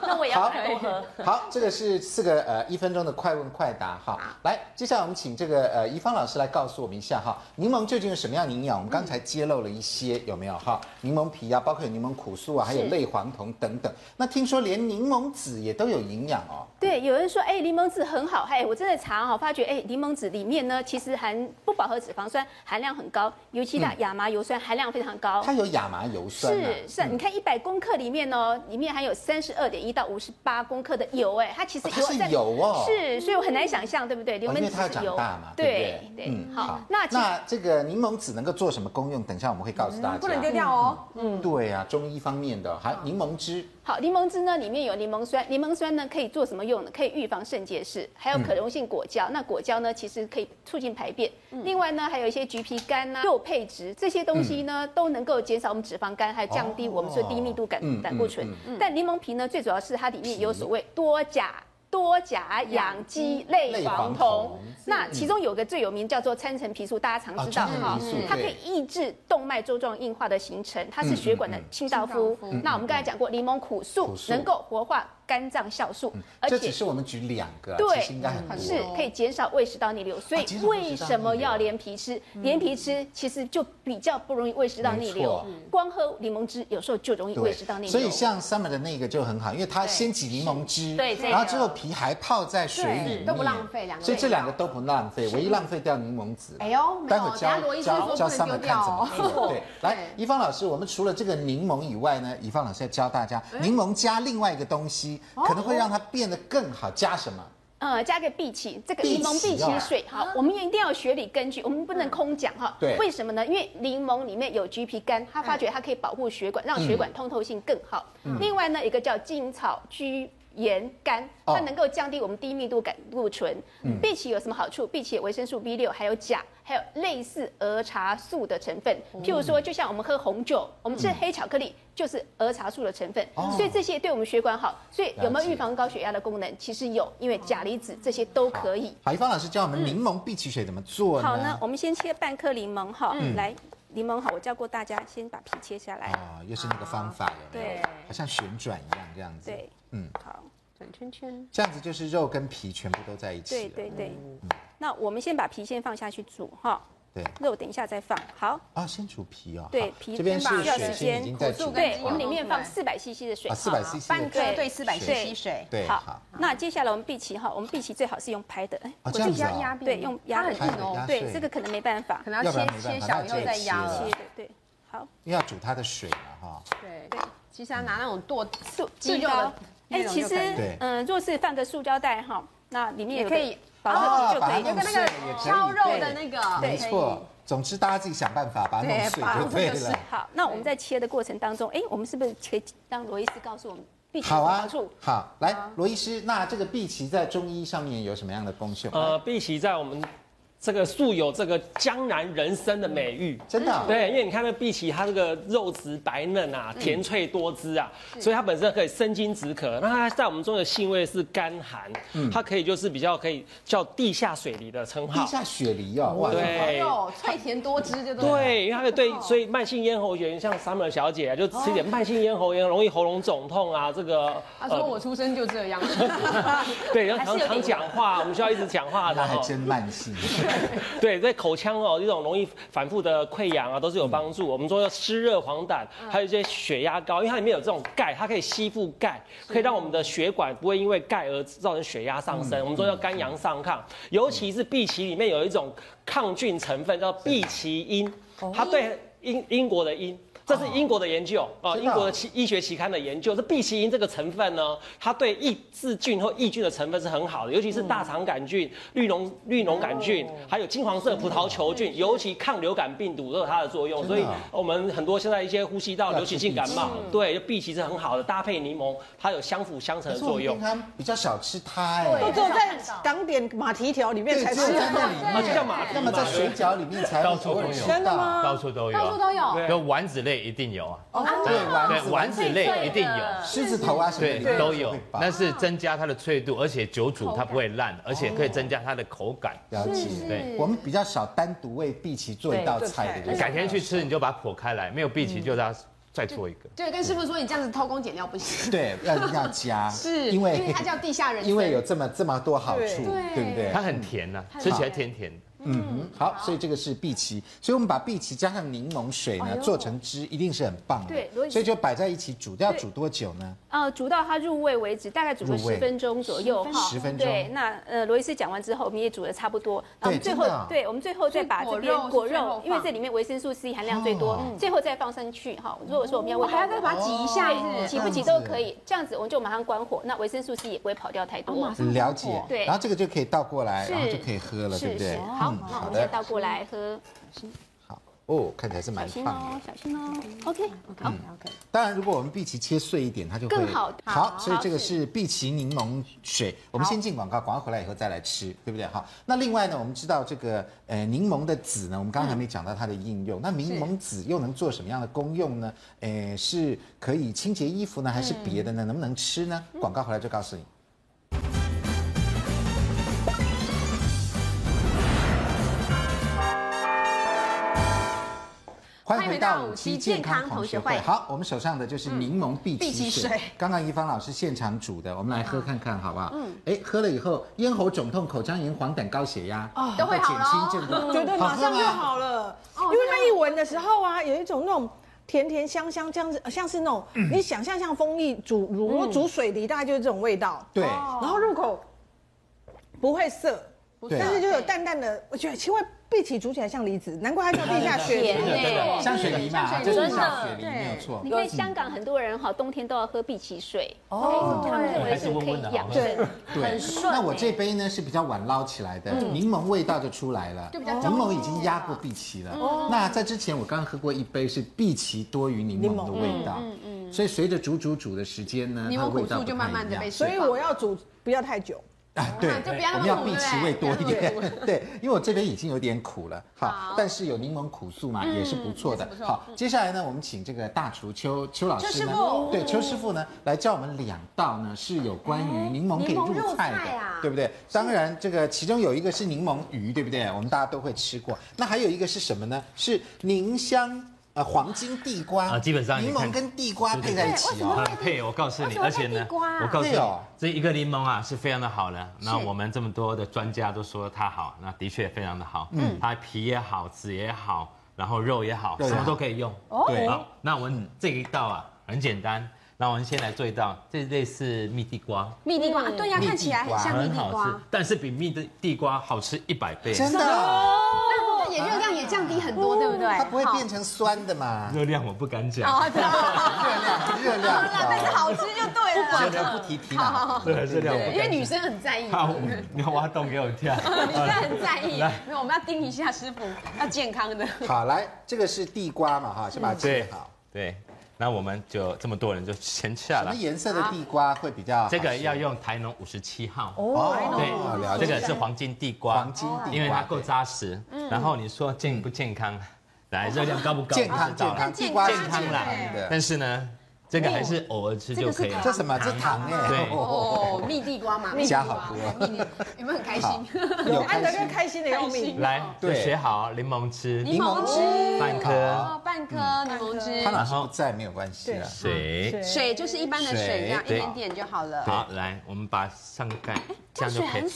[SPEAKER 4] 那我也要
[SPEAKER 1] 好
[SPEAKER 4] 多喝。
[SPEAKER 1] 好，这个是四个呃一分钟的快问快答哈。来，接下来我们请这个呃怡芳老师来告诉我们一下哈，柠檬究竟有什么样的营养？我们刚才揭露了一些，有没有哈？柠檬皮啊，包括有柠檬苦素啊，还有类黄酮等等。那听说连柠檬籽也都有营养哦。
[SPEAKER 6] 对，有人说，哎、柠檬籽很好，哎、我真的查哈、发觉，哎、柠檬籽里面呢，其实含不饱和脂肪酸含量很高，尤其
[SPEAKER 1] 嗯
[SPEAKER 6] 的亚麻油酸含量非常高。
[SPEAKER 1] 它有亚麻油酸啊。
[SPEAKER 6] 哦是是，你看一百公克里面呢，里面含有三十二点一到五十八公克的油，哎，它其实
[SPEAKER 1] 哦它是
[SPEAKER 6] 在
[SPEAKER 1] 油哦
[SPEAKER 6] 是，所以我很难想象，对不对？柠
[SPEAKER 1] 哦
[SPEAKER 6] 檬
[SPEAKER 1] 因为
[SPEAKER 6] 籽
[SPEAKER 1] 它要
[SPEAKER 6] 是
[SPEAKER 1] 长
[SPEAKER 6] 油
[SPEAKER 1] 大嘛，
[SPEAKER 6] 对
[SPEAKER 1] 不对？嗯
[SPEAKER 6] 对，好，那其实
[SPEAKER 1] 那这个柠檬籽能够做什么功用？等一下我们会告诉大
[SPEAKER 6] 嗯
[SPEAKER 1] 家。
[SPEAKER 2] 不能丢掉哦。
[SPEAKER 1] 对啊，中医方面的，还有柠檬汁，
[SPEAKER 6] 好，柠檬汁呢里面有柠檬酸，柠檬酸呢可以做什么用呢？可以预防肾结石，还有可溶性果胶。那果胶呢其实可以促进排便。
[SPEAKER 1] 嗯
[SPEAKER 6] 另外呢还有一些橘皮苷呐、柚配植这些东西呢、都能够减少我们脂肪肝，还有降低我们说低密度胆
[SPEAKER 1] 嗯
[SPEAKER 6] 胆固醇。
[SPEAKER 1] 嗯
[SPEAKER 6] 但柠檬皮呢最主要是它里面有所谓多甲。多甲氧基类黄
[SPEAKER 1] 类黄
[SPEAKER 6] 酮
[SPEAKER 1] 酮，
[SPEAKER 6] 那其中有个最有名叫做参陈皮素，大家常知道
[SPEAKER 1] 嗯啊参陈皮素
[SPEAKER 6] 它可
[SPEAKER 1] 对嗯
[SPEAKER 6] 以抑制动脉粥状硬化的形成，它是血管的清道夫。那我们刚才讲过，柠檬苦素
[SPEAKER 1] 苦素嗯
[SPEAKER 6] 能够活化肝脏酵素，而
[SPEAKER 1] 这只
[SPEAKER 6] 且
[SPEAKER 1] 是我们举两个啊，
[SPEAKER 6] 对
[SPEAKER 1] 其实应该很
[SPEAKER 2] 嗯
[SPEAKER 1] 多。啊
[SPEAKER 6] 是可以减少胃食道逆流。所以
[SPEAKER 1] 减少胃
[SPEAKER 6] 为
[SPEAKER 1] 食道
[SPEAKER 6] 什么
[SPEAKER 1] 逆流
[SPEAKER 6] 要连皮吃？连皮吃其实就比较不容易胃食道逆
[SPEAKER 1] 没
[SPEAKER 6] 流
[SPEAKER 1] 错，
[SPEAKER 6] 光喝柠檬汁有时候就容易胃食道逆流。
[SPEAKER 1] 所以像 Summer 的那个就很好，因为它先挤柠檬汁，
[SPEAKER 4] 对这个
[SPEAKER 1] 然后之后皮还泡在水里面，
[SPEAKER 2] 都不浪费两个
[SPEAKER 1] 所以这两个都不浪费，唯一浪费掉柠檬籽。
[SPEAKER 2] 哎呦，没
[SPEAKER 1] 待会儿
[SPEAKER 2] 有，等
[SPEAKER 1] 教
[SPEAKER 2] 下罗医生
[SPEAKER 1] 教
[SPEAKER 2] 说
[SPEAKER 1] 教
[SPEAKER 2] 不能
[SPEAKER 1] Summer
[SPEAKER 2] 丢
[SPEAKER 1] 看
[SPEAKER 2] 掉
[SPEAKER 1] 怎么
[SPEAKER 2] 哦。
[SPEAKER 1] 做。 对，来
[SPEAKER 2] 对，
[SPEAKER 1] 怡芳老师，我们除了这个柠檬以外呢，怡芳老师要教大家，
[SPEAKER 2] 嗯
[SPEAKER 1] 柠檬加另外一个东西，
[SPEAKER 2] 哦
[SPEAKER 1] 可能会让它变得更好，加什么？
[SPEAKER 6] 呃，加个碧琪，这个
[SPEAKER 1] 碧
[SPEAKER 6] 柠檬
[SPEAKER 1] 琪
[SPEAKER 6] 碧
[SPEAKER 1] 啊
[SPEAKER 6] 琪水哈，我们也一定要学理根据，我们不能空讲哈。
[SPEAKER 1] 对
[SPEAKER 6] 为什么呢？因为柠檬里面有橘皮苷，它发觉它可以保护血管，让血管通透性更好。
[SPEAKER 1] 嗯
[SPEAKER 6] 另外呢，一个叫金草居盐苷，
[SPEAKER 1] 哦嗯
[SPEAKER 6] 它能够降低我们低密度胆固醇。碧琪有什么好处？碧琪有维生素 B 六，还有钾，还有类似儿茶素的成分。譬如说，就像我们喝红酒，我们吃黑巧克力。就是儿茶素的成分，
[SPEAKER 1] 哦
[SPEAKER 6] 所以这些对我们血管好，所以有没
[SPEAKER 1] 了
[SPEAKER 6] 有
[SPEAKER 1] 解
[SPEAKER 6] 预防高血压的功能？其实有，因为钾离子这些都可以。
[SPEAKER 1] 好，怡芳老师教
[SPEAKER 2] 嗯
[SPEAKER 1] 我们柠檬碧琪水怎么做呢？嗯
[SPEAKER 6] 好呢，我们先切半颗柠檬哈，来，柠檬好，我教过大家先把皮切下来，
[SPEAKER 1] 哦，又是那个方法有没有
[SPEAKER 6] 哎对？
[SPEAKER 1] 好像旋转一样这样子。
[SPEAKER 6] 对，
[SPEAKER 1] 嗯，
[SPEAKER 6] 好，
[SPEAKER 7] 转圈 圈，
[SPEAKER 1] 这样子就是肉跟皮全部都在一起
[SPEAKER 6] 对
[SPEAKER 1] 了。
[SPEAKER 6] 对对。
[SPEAKER 1] 嗯
[SPEAKER 6] 那我们先把皮先放下去煮哈，
[SPEAKER 1] 对
[SPEAKER 6] 肉等一下再放。好，
[SPEAKER 1] 啊，先煮皮哦。
[SPEAKER 6] 对
[SPEAKER 1] 好
[SPEAKER 6] 皮
[SPEAKER 1] 这边是
[SPEAKER 6] 先把需要
[SPEAKER 1] 水
[SPEAKER 6] 时
[SPEAKER 1] 先
[SPEAKER 6] 间
[SPEAKER 1] 已经在煮
[SPEAKER 2] 苦
[SPEAKER 1] 了。
[SPEAKER 2] 素跟
[SPEAKER 6] 对
[SPEAKER 2] 鸡，
[SPEAKER 6] 我们里面放
[SPEAKER 2] 哦
[SPEAKER 6] 四百 CC 的水，
[SPEAKER 1] 啊，四百
[SPEAKER 6] 哈
[SPEAKER 1] CC
[SPEAKER 2] 半
[SPEAKER 1] 的
[SPEAKER 2] 颗
[SPEAKER 6] 对
[SPEAKER 2] 对四百
[SPEAKER 1] 水
[SPEAKER 2] CC 水，
[SPEAKER 1] 对
[SPEAKER 6] 好
[SPEAKER 1] 好，，
[SPEAKER 6] 那接下来我们碧琪哈，我们碧琪最好是用拍的，哎，
[SPEAKER 1] 啊这样子
[SPEAKER 7] 压压
[SPEAKER 1] 啊，
[SPEAKER 7] 扁，
[SPEAKER 6] 对，用压
[SPEAKER 7] 它很
[SPEAKER 1] 拍
[SPEAKER 7] 硬
[SPEAKER 1] 的
[SPEAKER 7] 哦，
[SPEAKER 1] 压
[SPEAKER 6] 对
[SPEAKER 1] 碎，
[SPEAKER 6] 这个可能没办法
[SPEAKER 7] 可，能
[SPEAKER 1] 要
[SPEAKER 7] 要
[SPEAKER 1] 不然
[SPEAKER 7] 切
[SPEAKER 1] 没办
[SPEAKER 7] 切
[SPEAKER 1] 法
[SPEAKER 7] 小以后
[SPEAKER 1] 那
[SPEAKER 7] 再
[SPEAKER 1] 切
[SPEAKER 7] 压
[SPEAKER 1] 切
[SPEAKER 7] 了
[SPEAKER 6] 切。的对，好，
[SPEAKER 1] 因为要煮它的水了哈。
[SPEAKER 7] 对
[SPEAKER 6] 对，
[SPEAKER 7] 其实要拿那种剁
[SPEAKER 6] 塑
[SPEAKER 7] 鸡肉
[SPEAKER 6] 胶
[SPEAKER 7] 的，
[SPEAKER 6] 哎，
[SPEAKER 7] 那种
[SPEAKER 6] 其
[SPEAKER 7] 就
[SPEAKER 6] 实
[SPEAKER 7] 可以
[SPEAKER 1] 对
[SPEAKER 6] 嗯，若是放个塑胶袋哈，那里面有
[SPEAKER 7] 也
[SPEAKER 6] 个
[SPEAKER 7] 可以哦
[SPEAKER 6] 保
[SPEAKER 1] 啊
[SPEAKER 6] 温就
[SPEAKER 1] 把
[SPEAKER 6] 可
[SPEAKER 1] 它
[SPEAKER 6] 以。
[SPEAKER 1] 弄碎了也可以
[SPEAKER 7] 烧肉
[SPEAKER 1] 对
[SPEAKER 7] 的那个，
[SPEAKER 1] 没错。总之大家自己想办法把它弄
[SPEAKER 7] 对
[SPEAKER 1] 碎
[SPEAKER 7] 把
[SPEAKER 1] 就对
[SPEAKER 7] 这个
[SPEAKER 1] 了。
[SPEAKER 6] 好，那我们在切的过程当中，哎，我们是不是可以让罗伊斯告诉我们必须
[SPEAKER 1] 好啊
[SPEAKER 6] 处？，
[SPEAKER 1] 好，来，罗医师，那这个碧琪在中医上面有什么样的功效？
[SPEAKER 8] 呃，碧琪在我们这个素有这个江南人参的美誉。
[SPEAKER 1] 真的啊，
[SPEAKER 8] 对，因为你看那碧琪，它这个肉质白嫩啊，
[SPEAKER 1] 嗯
[SPEAKER 8] 甜脆多汁啊，所以它本身可以生津止渴。那它在我们中的性味是甘寒，它可以就是比较可以叫地下水梨的称
[SPEAKER 1] 嗯地
[SPEAKER 8] 号。
[SPEAKER 1] 下雪梨哦，哇，
[SPEAKER 8] 对
[SPEAKER 7] 肉哎脆甜多汁，对不对？
[SPEAKER 8] 对，因为它可以
[SPEAKER 1] 哦
[SPEAKER 8] 对，所以慢性咽喉炎，像 Summer 小姐啊，就吃一点慢性咽喉炎，容易喉咙肿痛啊，这个
[SPEAKER 7] 他说我出生就这样，
[SPEAKER 1] 哦
[SPEAKER 8] 对，要常常讲话，我们需要一直讲话的
[SPEAKER 1] 那还
[SPEAKER 8] 哦。
[SPEAKER 1] 真慢性。
[SPEAKER 8] 对，在口腔哦，这种容易反复的溃疡啊，都是有帮助。我们说要湿热黄疸，还有一些血压高，因为它里面有这种钙，它可以吸附钙，可以让我们的血管不会因为钙而造成血压上升。我们说要肝阳上亢，尤其是碧琪里面有一种抗菌成分叫碧琪因，它对英英国的英。这是英国的研究啊，
[SPEAKER 1] 真的
[SPEAKER 8] 英
[SPEAKER 1] 哦
[SPEAKER 8] 国的期医学期刊的研究，这必需因这个成分呢，它对抑制菌或抑菌的成分是很好的，尤其是
[SPEAKER 1] 嗯
[SPEAKER 8] 大肠杆菌、绿脓绿脓杆
[SPEAKER 1] 哦
[SPEAKER 8] 菌，还有金黄色葡萄球菌，尤其抗流感病毒都有它的作
[SPEAKER 1] 嗯
[SPEAKER 8] 用。
[SPEAKER 1] 真的
[SPEAKER 8] 所
[SPEAKER 1] 哦
[SPEAKER 8] 以我们很多现在一些呼吸道
[SPEAKER 1] 要
[SPEAKER 8] 流行性感冒
[SPEAKER 1] 吃，
[SPEAKER 8] 对荸荠是很好的，搭配柠檬，它有相辅相成
[SPEAKER 1] 可
[SPEAKER 8] 的
[SPEAKER 1] 是我
[SPEAKER 8] 作
[SPEAKER 1] 们
[SPEAKER 8] 用
[SPEAKER 1] 平。常比较少吃它
[SPEAKER 5] 都
[SPEAKER 1] 哎，
[SPEAKER 5] 只有在港点马蹄条里面
[SPEAKER 1] 对，
[SPEAKER 5] 才
[SPEAKER 1] 只
[SPEAKER 5] 吃
[SPEAKER 1] 有在
[SPEAKER 5] 得
[SPEAKER 1] 那
[SPEAKER 5] 到。
[SPEAKER 1] 里
[SPEAKER 8] 啊
[SPEAKER 3] 哦
[SPEAKER 1] 面，
[SPEAKER 8] 就像马蹄
[SPEAKER 1] 那么在水饺里面才
[SPEAKER 3] 到处
[SPEAKER 1] 偶尔
[SPEAKER 3] 都有
[SPEAKER 1] 吃
[SPEAKER 5] 真的
[SPEAKER 1] 到。
[SPEAKER 5] 吗
[SPEAKER 3] 到处都有，
[SPEAKER 7] 到处都有。
[SPEAKER 8] 对
[SPEAKER 3] 有丸子类一定有啊，
[SPEAKER 1] 哦对，丸
[SPEAKER 3] 对，
[SPEAKER 1] 子、
[SPEAKER 3] 丸子类一定有。
[SPEAKER 1] 狮子头啊什么的
[SPEAKER 3] 对
[SPEAKER 1] 里面
[SPEAKER 3] 都
[SPEAKER 1] 也
[SPEAKER 3] 有
[SPEAKER 1] 会，包
[SPEAKER 3] 但是增加它的脆度，而且久煮它不会烂，而且可以增加它的口感。
[SPEAKER 1] 哦了解。
[SPEAKER 3] 对，
[SPEAKER 1] 我们比较少单独为碧琪做一道菜的，
[SPEAKER 3] 改天去吃你就把它剖开来，没有
[SPEAKER 7] 嗯
[SPEAKER 3] 荸荠就让它再做一个。
[SPEAKER 7] 对，跟师傅说你这样子偷工减料不行，
[SPEAKER 1] 对，要要加，
[SPEAKER 7] 是
[SPEAKER 1] 因为
[SPEAKER 7] 它叫地下人生，
[SPEAKER 1] 因为有这么这么多好处，
[SPEAKER 7] 对
[SPEAKER 1] 对不对？
[SPEAKER 3] 它很甜呐，吃起来甜甜的。
[SPEAKER 1] 嗯哼，好，所以这个是碧琪，所以我们把碧琪加上柠檬水呢，做成汁一定是很棒的。
[SPEAKER 6] 对所以
[SPEAKER 1] 所以就摆在一起煮，要煮多久呢？
[SPEAKER 6] 呃，煮到它入味为止，大概煮个
[SPEAKER 1] 入味
[SPEAKER 6] 十分钟左右哈。
[SPEAKER 1] 10分钟
[SPEAKER 6] 对，那呃，罗医师讲完之后，我们也煮的差不多。然后我们
[SPEAKER 1] 对
[SPEAKER 6] 最
[SPEAKER 1] 真
[SPEAKER 6] 后
[SPEAKER 1] 的啊，
[SPEAKER 6] 对我们最后再把这
[SPEAKER 7] 所以
[SPEAKER 6] 边
[SPEAKER 7] 果肉是
[SPEAKER 6] 果
[SPEAKER 7] 最后
[SPEAKER 6] 肉
[SPEAKER 7] 放，
[SPEAKER 6] 因为这里面维生素 C 含量最多
[SPEAKER 1] 哦，
[SPEAKER 6] 最后再放上去哈。如果说我们要
[SPEAKER 7] 我
[SPEAKER 6] 味道
[SPEAKER 7] 还哦要再把它挤一下，是不是
[SPEAKER 6] 挤不挤都可以，这样子我们就马上关火，那维生素 C 也不会跑掉太
[SPEAKER 7] 哦
[SPEAKER 6] 多。
[SPEAKER 1] 嗯了解，
[SPEAKER 6] 对
[SPEAKER 1] 然后这个就可以倒过来，
[SPEAKER 6] 是
[SPEAKER 1] 然后就可以喝了，对
[SPEAKER 6] 是
[SPEAKER 1] 不
[SPEAKER 6] 是
[SPEAKER 1] 对？，
[SPEAKER 6] 好，
[SPEAKER 1] 嗯
[SPEAKER 6] 那我
[SPEAKER 1] 好
[SPEAKER 6] 们现在
[SPEAKER 1] 的，
[SPEAKER 6] 倒过来喝，
[SPEAKER 1] 好，哦，看起来是
[SPEAKER 6] 小
[SPEAKER 1] 蛮
[SPEAKER 6] 心
[SPEAKER 1] 棒的
[SPEAKER 6] 哦。，小心哦。OK，好，
[SPEAKER 1] 嗯当然，如果我们碧琪切碎一点，它就会
[SPEAKER 6] 更好
[SPEAKER 1] 好，
[SPEAKER 6] 好
[SPEAKER 1] 所以这个是碧琪柠檬水。我们先进广告，广告回来以后再来吃，对不对？好，那另外呢，我们知道这个呃柠檬的籽呢，我们刚刚还没讲到它的应用。那柠檬籽又能做什么样的功用呢？呃，是可以清洁衣服呢，还是别的呢？能不能吃呢？广告回来就告诉你。欢迎回到五期健康同学会。好，我们手上的就是柠檬碧琪水。刚刚一芳老师现场煮的，我们来喝看看好不好？嗯。哎，喝了以后，咽喉肿痛、口腔炎、黄疸、高血压，都会减轻症状，
[SPEAKER 5] 觉得马上就
[SPEAKER 1] 吗。
[SPEAKER 5] 好了，因为它一闻的时候啊，有一种那种甜甜香香，这样子呃像是那种
[SPEAKER 1] 嗯
[SPEAKER 5] 你想象像蜂蜜煮如果煮水梨，大概就是这种味道。
[SPEAKER 1] 对
[SPEAKER 5] 然后入口不会涩，
[SPEAKER 1] 对，啊
[SPEAKER 5] 但是就有淡淡的，我觉得奇怪，碧琪煮起来像梨子，难怪它叫地下雪梨
[SPEAKER 6] 甜。
[SPEAKER 3] 真的真的
[SPEAKER 6] 耶。
[SPEAKER 1] 像雪梨嘛，
[SPEAKER 4] 梨
[SPEAKER 1] 就是
[SPEAKER 4] 真的
[SPEAKER 1] 像雪梨，没有错
[SPEAKER 6] 你。看香港很多人哈，冬天都要喝碧琪水，
[SPEAKER 4] 哦
[SPEAKER 6] 他们认为是可以养生。
[SPEAKER 1] 对，那我这杯呢是比较晚捞起来的，柠檬味道就出来了。柠檬已经压过碧琪了。那在之前我刚喝过一杯是碧琪多于柠檬的味道，所以随着煮煮煮的时间呢，
[SPEAKER 7] 柠
[SPEAKER 1] 它
[SPEAKER 7] 檬
[SPEAKER 1] 的
[SPEAKER 7] 苦
[SPEAKER 1] 味道
[SPEAKER 7] 素
[SPEAKER 1] 不
[SPEAKER 7] 就慢慢的
[SPEAKER 1] 太一
[SPEAKER 7] 被
[SPEAKER 1] 样
[SPEAKER 5] 所以我要煮不要太久，
[SPEAKER 1] 啊，对，
[SPEAKER 7] 就不要那么
[SPEAKER 1] 我们要
[SPEAKER 7] 苦
[SPEAKER 1] 碧
[SPEAKER 7] 对
[SPEAKER 1] 琪
[SPEAKER 7] 不
[SPEAKER 1] 味
[SPEAKER 7] 对
[SPEAKER 1] 多一
[SPEAKER 7] 不要
[SPEAKER 1] 点
[SPEAKER 7] 那，
[SPEAKER 1] 对，因为我这边已经有点苦了，好，但是有柠檬苦素嘛，也是不错的。好，接下来呢，我们请这个大厨邱邱老师呢，对邱师傅呢来教我们两道呢是有关于嗯柠檬可以入菜啊的，对不对？当然，这个其中有一个是柠檬鱼，对不对？我们大家都会吃过。那还有一个是什么呢？是凝香。呃，黄金地瓜
[SPEAKER 3] 啊基本上你
[SPEAKER 1] 柠檬
[SPEAKER 3] 看
[SPEAKER 1] 跟地瓜配在一起哦，
[SPEAKER 3] 很配，我告诉你，而且呢，
[SPEAKER 7] 啊
[SPEAKER 3] 我告诉
[SPEAKER 1] 对
[SPEAKER 3] 你
[SPEAKER 1] 哦，
[SPEAKER 3] 这一个柠檬啊是非常的好的。那我们这么多的专家都说它好，那的确非常的好。嗯，它皮也好，籽也好，然后肉也好，
[SPEAKER 1] 肉也好
[SPEAKER 3] 什么都可以用。
[SPEAKER 1] 啊
[SPEAKER 7] 哦
[SPEAKER 1] 对
[SPEAKER 3] 好，那我们这一道啊很简单，那我们先来做一道，这类似蜜地瓜，
[SPEAKER 7] 蜜地瓜，对呀，看起来很像蜜
[SPEAKER 3] 很
[SPEAKER 7] 地
[SPEAKER 3] 好吃
[SPEAKER 7] 瓜，，
[SPEAKER 3] 但是比蜜的地瓜好吃一百倍，
[SPEAKER 1] 真的哦，
[SPEAKER 7] 那也热量也降低很多，对不对？
[SPEAKER 1] 它不会变成酸的嘛？
[SPEAKER 3] 热量我不敢讲。
[SPEAKER 7] 哦
[SPEAKER 1] 热量热量高，但是好吃就对了。热量不提提哪，
[SPEAKER 3] 对热量
[SPEAKER 1] 对
[SPEAKER 7] 因为女生很在意，
[SPEAKER 3] 好，你要挖洞给我 跳。
[SPEAKER 7] 女生很在意。没有，我们要盯一下师傅，要健康的。
[SPEAKER 1] 好来，这个是地瓜嘛哈，先把它切好。
[SPEAKER 3] 嗯对，那我们就这么多人就先下
[SPEAKER 1] 什
[SPEAKER 3] 了
[SPEAKER 1] 么。颜色的地瓜会比较好吃？
[SPEAKER 3] 这个要用台农五十七号，
[SPEAKER 1] 哦，了解。
[SPEAKER 3] 对，这个是黄金地瓜，
[SPEAKER 1] 黄金地瓜，嗯
[SPEAKER 3] 因为它够扎实。然后你说健不健康？来，热量高不高？
[SPEAKER 1] 健
[SPEAKER 3] 不
[SPEAKER 1] 康
[SPEAKER 3] 知道
[SPEAKER 1] 健
[SPEAKER 3] 啦
[SPEAKER 1] 康，地瓜是
[SPEAKER 3] 健
[SPEAKER 1] 健
[SPEAKER 3] 康啦
[SPEAKER 1] 康哦的。
[SPEAKER 3] 但是呢，这个还是偶尔吃就可以了。
[SPEAKER 1] 这什么？这糖哎，
[SPEAKER 3] 对
[SPEAKER 7] 哦，蜜地瓜嘛，蜜地瓜
[SPEAKER 1] 加好多
[SPEAKER 7] 蜜地瓜有没有很开
[SPEAKER 1] 好
[SPEAKER 7] 心？，
[SPEAKER 1] 有
[SPEAKER 5] 安
[SPEAKER 1] 开
[SPEAKER 5] 德哥
[SPEAKER 1] 心。
[SPEAKER 5] 开心的要命。
[SPEAKER 3] 来，就
[SPEAKER 1] 对
[SPEAKER 3] 学好柠檬汁，
[SPEAKER 7] 柠檬汁
[SPEAKER 3] 半
[SPEAKER 1] 好
[SPEAKER 3] 颗
[SPEAKER 7] 哦，半颗柠檬
[SPEAKER 1] 潘
[SPEAKER 7] 汁，
[SPEAKER 1] 老师不在没有关系啊了。
[SPEAKER 3] 水。
[SPEAKER 7] 水就是一般的水，这样一
[SPEAKER 3] 对
[SPEAKER 7] 点点就好了。
[SPEAKER 3] 好，来，我们把上
[SPEAKER 1] 哎
[SPEAKER 3] 盖，这样就可以，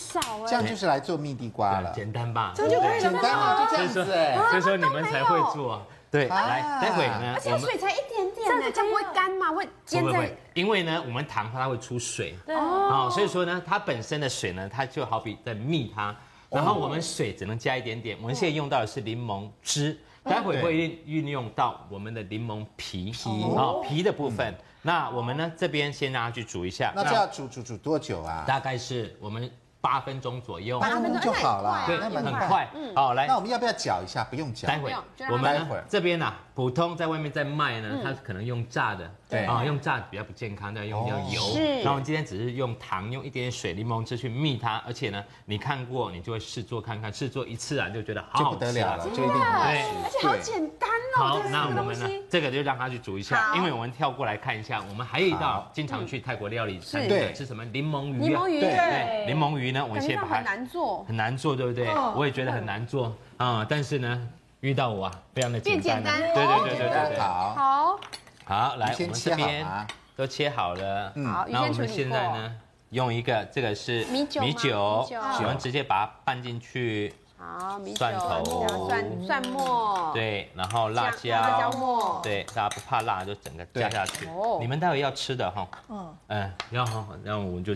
[SPEAKER 1] 这样就是来做蜜地瓜了，
[SPEAKER 3] 简单吧？
[SPEAKER 5] 这样就可以
[SPEAKER 1] 简
[SPEAKER 5] 了
[SPEAKER 1] 单
[SPEAKER 5] 吗？
[SPEAKER 1] 啊，就这样子哎。
[SPEAKER 3] 所以说你们才会做啊。对，
[SPEAKER 1] 啊
[SPEAKER 3] 来，待会呢，我们
[SPEAKER 7] 水才一点点呢，这样不会干吗？会
[SPEAKER 3] 不
[SPEAKER 7] 煎
[SPEAKER 3] 会
[SPEAKER 7] 在
[SPEAKER 3] 会，因为呢，我们糖它会出水，哦，所以说呢，它本身的水呢，它就好比在蜜它，然后我们水只能加一点点，我们现在用到的是柠檬汁，待会会运用到我们的柠檬皮皮啊皮的部分。那我们呢这边先让它去煮一下，
[SPEAKER 1] 那这要煮煮煮多久啊？
[SPEAKER 3] 大概是我们八分钟左右，
[SPEAKER 1] 八分钟就好了，
[SPEAKER 3] 对，
[SPEAKER 1] 那
[SPEAKER 3] 很
[SPEAKER 1] 蛮
[SPEAKER 3] 快。好，来
[SPEAKER 1] 那，我们要不要搅一下？不用搅，
[SPEAKER 3] 待会
[SPEAKER 7] 不用就让它
[SPEAKER 3] 我们呢
[SPEAKER 1] 待会儿
[SPEAKER 3] 这边呢，普通在外面在卖呢，它可能用炸的，
[SPEAKER 1] 对
[SPEAKER 3] 啊，用炸比较不健康，要用要
[SPEAKER 1] 哦
[SPEAKER 3] 油。然后我们今天只是用糖，用一点点水柠檬汁去蜜它，而且呢，你看过你就会试做看看，试做一次啊，就觉得好
[SPEAKER 1] 就
[SPEAKER 3] 好
[SPEAKER 1] 不得
[SPEAKER 3] 吃啊
[SPEAKER 1] 了了，就一定很
[SPEAKER 3] 对
[SPEAKER 7] 而且好简单哦，
[SPEAKER 3] 好
[SPEAKER 7] 这，四
[SPEAKER 3] 那
[SPEAKER 7] 个
[SPEAKER 3] 我
[SPEAKER 7] 东
[SPEAKER 3] 们呢
[SPEAKER 7] 西，
[SPEAKER 3] 这个就让它去煮一下，
[SPEAKER 7] 好
[SPEAKER 3] 因为我们跳过来看一下，我们还有一道
[SPEAKER 1] 好
[SPEAKER 3] 经常去泰国料理餐
[SPEAKER 1] 是
[SPEAKER 3] 厅吃什么柠檬鱼啊，
[SPEAKER 7] 柠檬鱼
[SPEAKER 1] 对
[SPEAKER 3] 对，柠檬鱼呢，我们
[SPEAKER 7] 感觉
[SPEAKER 3] 先
[SPEAKER 7] 到
[SPEAKER 3] 把
[SPEAKER 7] 很
[SPEAKER 3] 它
[SPEAKER 7] 难做，
[SPEAKER 3] 很难做，对不对？
[SPEAKER 7] 哦
[SPEAKER 3] 我也觉
[SPEAKER 7] 嗯
[SPEAKER 3] 得很难做啊，但是呢，遇到我啊，非常的简单啊，
[SPEAKER 7] 变简单
[SPEAKER 3] 对对对对对
[SPEAKER 1] 对。
[SPEAKER 3] 对。
[SPEAKER 1] 好，
[SPEAKER 7] 好，
[SPEAKER 3] 好，来，我
[SPEAKER 1] 先
[SPEAKER 3] 们
[SPEAKER 1] 切
[SPEAKER 3] 这
[SPEAKER 1] 好
[SPEAKER 3] 边
[SPEAKER 1] 啊，
[SPEAKER 3] 都切好了，
[SPEAKER 1] 嗯
[SPEAKER 7] 好，鱼
[SPEAKER 3] 然
[SPEAKER 7] 先
[SPEAKER 3] 后我
[SPEAKER 7] 处
[SPEAKER 3] 们
[SPEAKER 7] 理
[SPEAKER 3] 现
[SPEAKER 7] 过
[SPEAKER 3] 在。呢，用一个这个是
[SPEAKER 7] 米酒吗
[SPEAKER 3] 米酒
[SPEAKER 7] 米酒，
[SPEAKER 3] 我们直接把它拌进去，
[SPEAKER 7] 好，米酒、
[SPEAKER 3] 蒜头
[SPEAKER 7] 然后蒜蒜末，
[SPEAKER 3] 对，然后辣椒，
[SPEAKER 7] 哦辣椒末，
[SPEAKER 3] 对，大家不怕辣就整个加下去。你们待会要吃的哈，嗯嗯，然后然后我们就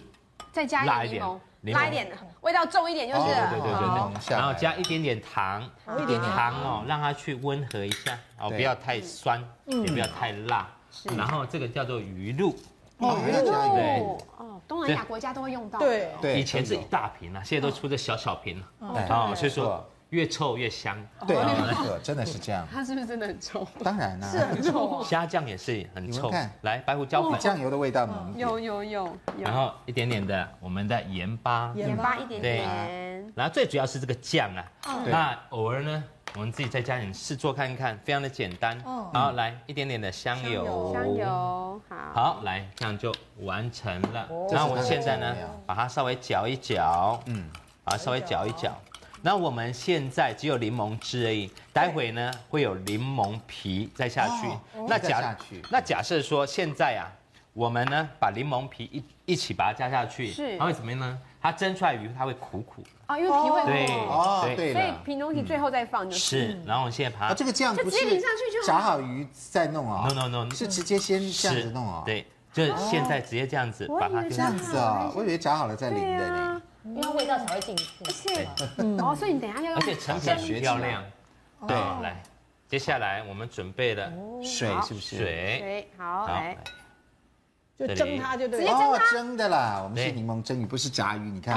[SPEAKER 7] 再哦加
[SPEAKER 3] 辣
[SPEAKER 7] 一
[SPEAKER 3] 一
[SPEAKER 7] 点
[SPEAKER 3] 点
[SPEAKER 7] 柠檬，
[SPEAKER 3] 柠檬
[SPEAKER 7] 拉一点，味道重一点就是
[SPEAKER 1] 哦
[SPEAKER 3] 对
[SPEAKER 7] 了。
[SPEAKER 3] 对
[SPEAKER 1] 好
[SPEAKER 3] 对对，然后加一点点糖，一点糖哦，让它去温和一下哦，
[SPEAKER 1] 对
[SPEAKER 3] 不要太酸，也不要太辣。然后这个叫做鱼露，
[SPEAKER 1] 哦，还要加油，
[SPEAKER 3] 对
[SPEAKER 7] 哦哦，东南亚国家都会用到。
[SPEAKER 5] 对，
[SPEAKER 1] 对，
[SPEAKER 3] 以前是
[SPEAKER 1] 这
[SPEAKER 3] 一大瓶啊，现在都出这小小瓶了
[SPEAKER 1] 哎
[SPEAKER 3] 哦，所以
[SPEAKER 1] 没
[SPEAKER 3] 说
[SPEAKER 1] 错
[SPEAKER 3] 越臭越香。哦
[SPEAKER 1] 对，没错，真的是这样，
[SPEAKER 7] 它是不是真的很臭？
[SPEAKER 1] 当然啊啦，是
[SPEAKER 3] 虾酱也是很
[SPEAKER 1] 你
[SPEAKER 3] 臭
[SPEAKER 1] 们看，
[SPEAKER 3] 来白胡椒
[SPEAKER 1] 比
[SPEAKER 3] 粉，
[SPEAKER 1] 酱油的味道浓一点，
[SPEAKER 7] 嗯有有有有
[SPEAKER 3] 然，后一点点的我们的盐巴，
[SPEAKER 7] 盐巴一点
[SPEAKER 3] 对
[SPEAKER 7] 点，
[SPEAKER 3] 然后最主要是这个酱啊，
[SPEAKER 1] 对
[SPEAKER 3] 那偶尔呢，我们自己在家里试做看看，非常的简单。然后来一点点的香油，
[SPEAKER 7] 香。油，好，
[SPEAKER 3] 好，来这样就完成了。
[SPEAKER 1] 这是
[SPEAKER 3] 然
[SPEAKER 1] 它
[SPEAKER 3] 后我
[SPEAKER 1] 的
[SPEAKER 3] 现在呢
[SPEAKER 1] 酱料，
[SPEAKER 3] 把它稍微搅一搅，嗯，啊，稍微搅一搅。那我们现在只有柠檬汁而已，待会呢会有柠檬皮再下去
[SPEAKER 1] 哦。
[SPEAKER 3] 那
[SPEAKER 1] 再下
[SPEAKER 3] 假
[SPEAKER 1] 去
[SPEAKER 3] 那假设说现在啊，我们呢把柠檬皮一一起把它加下去，
[SPEAKER 7] 是
[SPEAKER 3] 它会怎么样呢？它蒸出来鱼它会苦苦的。
[SPEAKER 7] 哦，因为皮会
[SPEAKER 3] 对，
[SPEAKER 1] 哦，对
[SPEAKER 7] 所以
[SPEAKER 1] 了，
[SPEAKER 7] 平东西最后再放就是
[SPEAKER 3] 然后我现在把
[SPEAKER 1] 啊，
[SPEAKER 3] 它
[SPEAKER 1] 这个酱不
[SPEAKER 7] 直接淋
[SPEAKER 1] 是
[SPEAKER 7] 上去就好
[SPEAKER 1] 炸好鱼再弄哦
[SPEAKER 3] No, no, no.
[SPEAKER 1] 是直接先这样
[SPEAKER 3] 是
[SPEAKER 1] 子弄哦，，
[SPEAKER 3] 对，就是现在直接这样子把它
[SPEAKER 1] 这样子
[SPEAKER 7] 啊
[SPEAKER 1] 哦，我以为炸好了再淋的呢，
[SPEAKER 4] 因为味道才会进去。
[SPEAKER 3] 对，
[SPEAKER 7] 哦，所以你等一下要用
[SPEAKER 3] 而且成品很漂亮。对，来，接下来我们准备了
[SPEAKER 7] 啊
[SPEAKER 1] 水是不是？
[SPEAKER 3] 水，
[SPEAKER 7] 水，好
[SPEAKER 3] 好，
[SPEAKER 7] 来
[SPEAKER 3] 来，
[SPEAKER 5] 就蒸它就对了。
[SPEAKER 1] 哦，蒸的啦，我们是
[SPEAKER 3] 对哦
[SPEAKER 1] 柠檬蒸鱼，不是炸鱼，你看，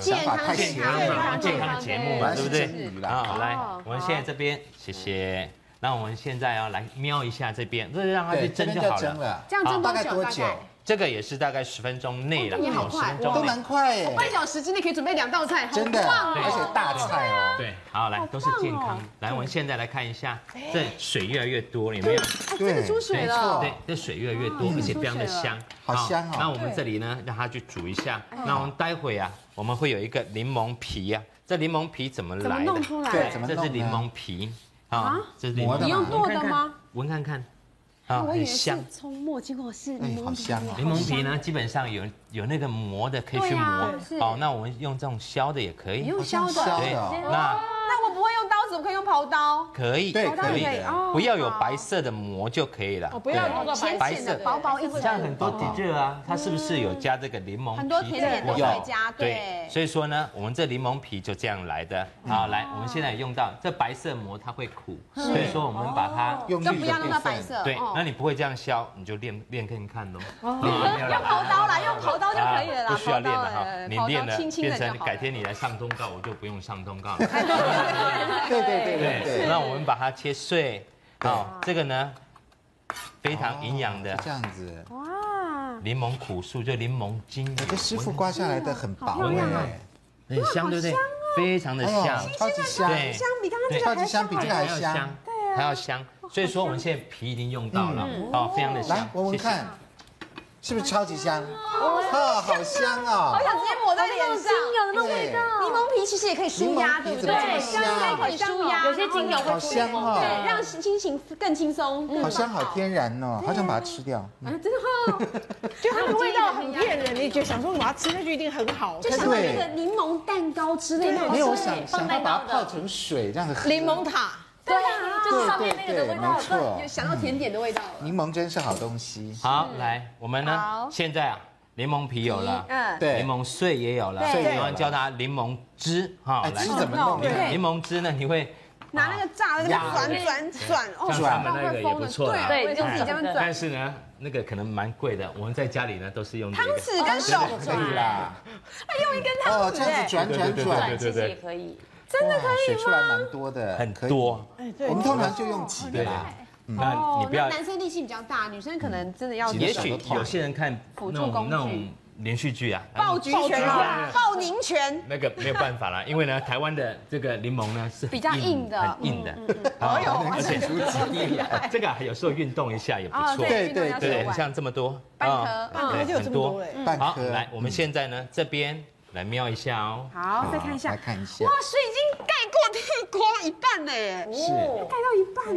[SPEAKER 7] 健
[SPEAKER 1] 想法
[SPEAKER 7] 康
[SPEAKER 1] 太
[SPEAKER 3] 健
[SPEAKER 1] 新
[SPEAKER 3] 康
[SPEAKER 1] 了，
[SPEAKER 3] 嘛，健康的节目
[SPEAKER 1] 本
[SPEAKER 3] 嘛，
[SPEAKER 1] 来是
[SPEAKER 3] 对不对啊
[SPEAKER 1] 蒸？鱼啦，
[SPEAKER 3] 好，来
[SPEAKER 7] 哦，
[SPEAKER 3] 我们现在这边，谢谢。那我们现在要来瞄一下这边，就是让它去
[SPEAKER 1] 啊这
[SPEAKER 3] 蒸
[SPEAKER 1] 边
[SPEAKER 3] 就
[SPEAKER 1] 叫
[SPEAKER 3] 好
[SPEAKER 1] 蒸
[SPEAKER 3] 了。啊
[SPEAKER 1] 了，
[SPEAKER 7] 这样蒸
[SPEAKER 1] 大
[SPEAKER 7] 多
[SPEAKER 1] 概
[SPEAKER 7] 久？
[SPEAKER 1] 多
[SPEAKER 7] 大
[SPEAKER 1] 久？
[SPEAKER 7] 概
[SPEAKER 3] 这个也是大概十分钟内了，
[SPEAKER 7] 哦那也好
[SPEAKER 3] 哦十
[SPEAKER 7] 快
[SPEAKER 3] 分
[SPEAKER 1] 都
[SPEAKER 3] 钟内。
[SPEAKER 1] 蛮快耶，
[SPEAKER 7] 半小时之内可以准备两道菜，好
[SPEAKER 1] 真的，
[SPEAKER 7] 棒
[SPEAKER 1] 啊
[SPEAKER 7] 哦
[SPEAKER 1] 而且大菜哦，
[SPEAKER 3] 对，好，来，都是健康。来，我们现在来看一下，这水越来越多了，有没有？
[SPEAKER 7] 哎这个出水了，
[SPEAKER 3] 对，这水越来越
[SPEAKER 7] 嗯
[SPEAKER 3] 多，而且非常的香，
[SPEAKER 1] 好香哦
[SPEAKER 3] 那我们这里呢，让它去煮一下。
[SPEAKER 7] 哎
[SPEAKER 3] 那我们待会啊，我们会有一个柠檬皮啊，这柠檬皮怎么
[SPEAKER 7] 怎么
[SPEAKER 3] 来的
[SPEAKER 7] 弄？出来？
[SPEAKER 1] 对，怎么
[SPEAKER 3] 这
[SPEAKER 1] 弄
[SPEAKER 3] 是
[SPEAKER 1] 呢
[SPEAKER 3] 柠檬皮啊，这是柠
[SPEAKER 1] 磨
[SPEAKER 3] 檬
[SPEAKER 1] 的
[SPEAKER 7] 你
[SPEAKER 1] 嘛
[SPEAKER 7] 用剁的吗？哎
[SPEAKER 3] 闻看看，啊，
[SPEAKER 7] 我以
[SPEAKER 3] 很
[SPEAKER 7] 为是
[SPEAKER 3] 香。
[SPEAKER 7] 葱末，结果是
[SPEAKER 1] 哎
[SPEAKER 7] 柠，
[SPEAKER 1] 好
[SPEAKER 7] 檬皮。
[SPEAKER 1] 香哦。
[SPEAKER 3] 柠檬皮呢，基本上有有那个磨的可以去
[SPEAKER 7] 对啊
[SPEAKER 3] 磨
[SPEAKER 7] 是，哎
[SPEAKER 3] 哦，那我们用这种削的也可以
[SPEAKER 7] 你，用削
[SPEAKER 1] 好像
[SPEAKER 7] 的，
[SPEAKER 1] 削的哦，
[SPEAKER 3] 那
[SPEAKER 7] 那我不会用刀子，我可以用刨刀。
[SPEAKER 3] 可以，
[SPEAKER 1] 对
[SPEAKER 7] 当
[SPEAKER 1] 可
[SPEAKER 7] 然
[SPEAKER 1] 以
[SPEAKER 7] 可以
[SPEAKER 1] 的
[SPEAKER 7] 哦
[SPEAKER 3] 不要有白色的膜就可以了，
[SPEAKER 5] 哦，不要弄到白
[SPEAKER 7] 浅
[SPEAKER 5] 色。
[SPEAKER 3] 白
[SPEAKER 7] 浅的
[SPEAKER 3] 色，
[SPEAKER 7] 薄薄一层，
[SPEAKER 3] 像很多底热啊，它是不是有加这个柠檬皮？
[SPEAKER 7] 嗯很多甜点都
[SPEAKER 1] 有
[SPEAKER 7] 会加，
[SPEAKER 3] 对
[SPEAKER 7] 对，。嗯
[SPEAKER 3] 所以说呢，我们这柠檬皮就这样来的。好，来，我们现在也用到这白色膜，它会苦，所以说我们把它
[SPEAKER 1] 用
[SPEAKER 7] 都
[SPEAKER 1] 绿
[SPEAKER 7] 不
[SPEAKER 1] 的
[SPEAKER 7] 要弄到
[SPEAKER 1] 部
[SPEAKER 7] 白
[SPEAKER 1] 分，
[SPEAKER 7] 色，
[SPEAKER 3] 对
[SPEAKER 7] 嗯哦。
[SPEAKER 3] 那你不会这样削，你就练练看看喽。
[SPEAKER 7] 用刨刀啦，用刨刀就可以了啦，
[SPEAKER 3] 啊不需要
[SPEAKER 7] 刨刀
[SPEAKER 3] 练了
[SPEAKER 7] 呃
[SPEAKER 3] 哈，你
[SPEAKER 7] 刨刀
[SPEAKER 3] 练了
[SPEAKER 7] 轻轻的
[SPEAKER 3] 变
[SPEAKER 7] 就
[SPEAKER 3] 成
[SPEAKER 7] 好了。
[SPEAKER 3] 改 天 你来上通告，我就不用上通告了。
[SPEAKER 1] 对对对对哦
[SPEAKER 3] 对，
[SPEAKER 1] 对，
[SPEAKER 3] 那我们把它切碎。
[SPEAKER 1] 对
[SPEAKER 3] 好，这个呢非常营养的
[SPEAKER 1] 哦
[SPEAKER 7] 啊
[SPEAKER 1] 是这样子，哎
[SPEAKER 3] 柠檬苦素，就柠檬精油。
[SPEAKER 1] 这师傅刮下来的很薄
[SPEAKER 3] 闻看
[SPEAKER 7] 啊
[SPEAKER 1] 哎，
[SPEAKER 3] 很香，对不对？非常的
[SPEAKER 1] 哎
[SPEAKER 3] 香
[SPEAKER 1] 呦，，超级香，
[SPEAKER 3] 对，
[SPEAKER 7] 比刚
[SPEAKER 3] 对
[SPEAKER 1] 超级香，比这个还香。，
[SPEAKER 3] 还要香。所以说我们现在皮已经用到了，哦，非常的香
[SPEAKER 1] 来。闻闻
[SPEAKER 3] 谢谢
[SPEAKER 1] 看，，是不是超级香？哦，好香哦！
[SPEAKER 7] 刚直接抹在脸上。
[SPEAKER 4] 有啊那
[SPEAKER 1] 对，
[SPEAKER 7] 柠檬皮其实也可以舒压，对
[SPEAKER 1] 柠檬皮
[SPEAKER 7] 不
[SPEAKER 1] 怎么这
[SPEAKER 7] 对？
[SPEAKER 1] 么香
[SPEAKER 7] 应该可以舒压，
[SPEAKER 4] 有些精油
[SPEAKER 1] 好
[SPEAKER 4] 会出
[SPEAKER 1] 香嗯
[SPEAKER 4] 来。
[SPEAKER 7] 啊对，
[SPEAKER 1] 哦，
[SPEAKER 7] 让心情更轻松。嗯更
[SPEAKER 1] 好香，好天然哦，好想把它吃掉。
[SPEAKER 5] 就它的味道很骗人，你就想说我要吃下去一定很好，
[SPEAKER 7] 就
[SPEAKER 5] 可
[SPEAKER 7] 想
[SPEAKER 5] 是
[SPEAKER 7] 到那个柠檬蛋糕之类的，
[SPEAKER 1] 没有，我
[SPEAKER 7] 对
[SPEAKER 1] 想想要把它泡成水这样子喝。
[SPEAKER 5] 柠檬塔，
[SPEAKER 4] 对啊，就是上面那个的味
[SPEAKER 1] 对
[SPEAKER 4] 道
[SPEAKER 1] 对对没错嗯
[SPEAKER 4] 对
[SPEAKER 7] 有想到甜点的味道了。
[SPEAKER 1] 柠檬真是好东西。
[SPEAKER 3] 好，来，我们呢
[SPEAKER 7] 好，
[SPEAKER 3] 现在啊，柠檬皮有了，
[SPEAKER 7] 嗯，
[SPEAKER 1] 对，
[SPEAKER 3] 柠檬碎也有了，
[SPEAKER 1] 对
[SPEAKER 3] 我要教大家柠檬汁哈
[SPEAKER 1] 哎，，
[SPEAKER 3] 来
[SPEAKER 1] 汁，怎么弄
[SPEAKER 3] 柠
[SPEAKER 1] 呢？
[SPEAKER 3] 柠檬汁呢，你会啊
[SPEAKER 5] 拿
[SPEAKER 7] 啊
[SPEAKER 5] 那个炸在那边转转转哦，
[SPEAKER 3] 像他们那个也不错啦。哎
[SPEAKER 7] 对，我也
[SPEAKER 4] 对
[SPEAKER 7] 是自己这样转。
[SPEAKER 3] 但是呢，那个可能蛮贵的。我们在家里呢都是用
[SPEAKER 5] 汤
[SPEAKER 3] 那个
[SPEAKER 5] 匙跟手
[SPEAKER 1] 可以啦，
[SPEAKER 7] 用一根汤
[SPEAKER 1] 哦，这样子转转
[SPEAKER 3] 对对对
[SPEAKER 1] 转
[SPEAKER 3] 对，
[SPEAKER 4] 转其实也可以。
[SPEAKER 1] 真的可以水出来蛮多的，
[SPEAKER 3] 很
[SPEAKER 1] 可以
[SPEAKER 3] 多。
[SPEAKER 5] 对
[SPEAKER 1] 我们通常就用几个啦，
[SPEAKER 3] 嗯那哎你
[SPEAKER 7] 哦，
[SPEAKER 3] 不
[SPEAKER 7] 那
[SPEAKER 3] 要，
[SPEAKER 7] 男生力气比较大，女生可能真的要
[SPEAKER 1] 嗯
[SPEAKER 3] 也许有些人看
[SPEAKER 7] 辅
[SPEAKER 3] 那
[SPEAKER 7] 助工具
[SPEAKER 3] 种那种连续剧啊，
[SPEAKER 5] 爆菊拳啊，爆宁拳，
[SPEAKER 3] 那个没有办法啦，因为呢，台湾的这个柠檬呢是
[SPEAKER 7] 比较硬的嗯
[SPEAKER 3] 很硬的，哦而且 这个啊有时候运动一下啊也不
[SPEAKER 7] 哦
[SPEAKER 3] 错，
[SPEAKER 1] 对对
[SPEAKER 7] 运动要
[SPEAKER 1] 对
[SPEAKER 7] 手
[SPEAKER 3] 对，
[SPEAKER 7] 腕
[SPEAKER 3] 你像这么多，
[SPEAKER 7] 半
[SPEAKER 3] 啊
[SPEAKER 7] 颗嗯
[SPEAKER 5] 半
[SPEAKER 3] 对
[SPEAKER 5] 颗就有这
[SPEAKER 3] 很
[SPEAKER 5] 么多
[SPEAKER 3] 多
[SPEAKER 5] 嘞。
[SPEAKER 1] 半
[SPEAKER 3] 好，
[SPEAKER 1] 颗。
[SPEAKER 3] 来，我们现在呢这边来瞄一下哦，
[SPEAKER 7] 好，再看一下
[SPEAKER 1] 来，看一下
[SPEAKER 7] 哇，，水已经盖过地瓜一半了耶，
[SPEAKER 1] 是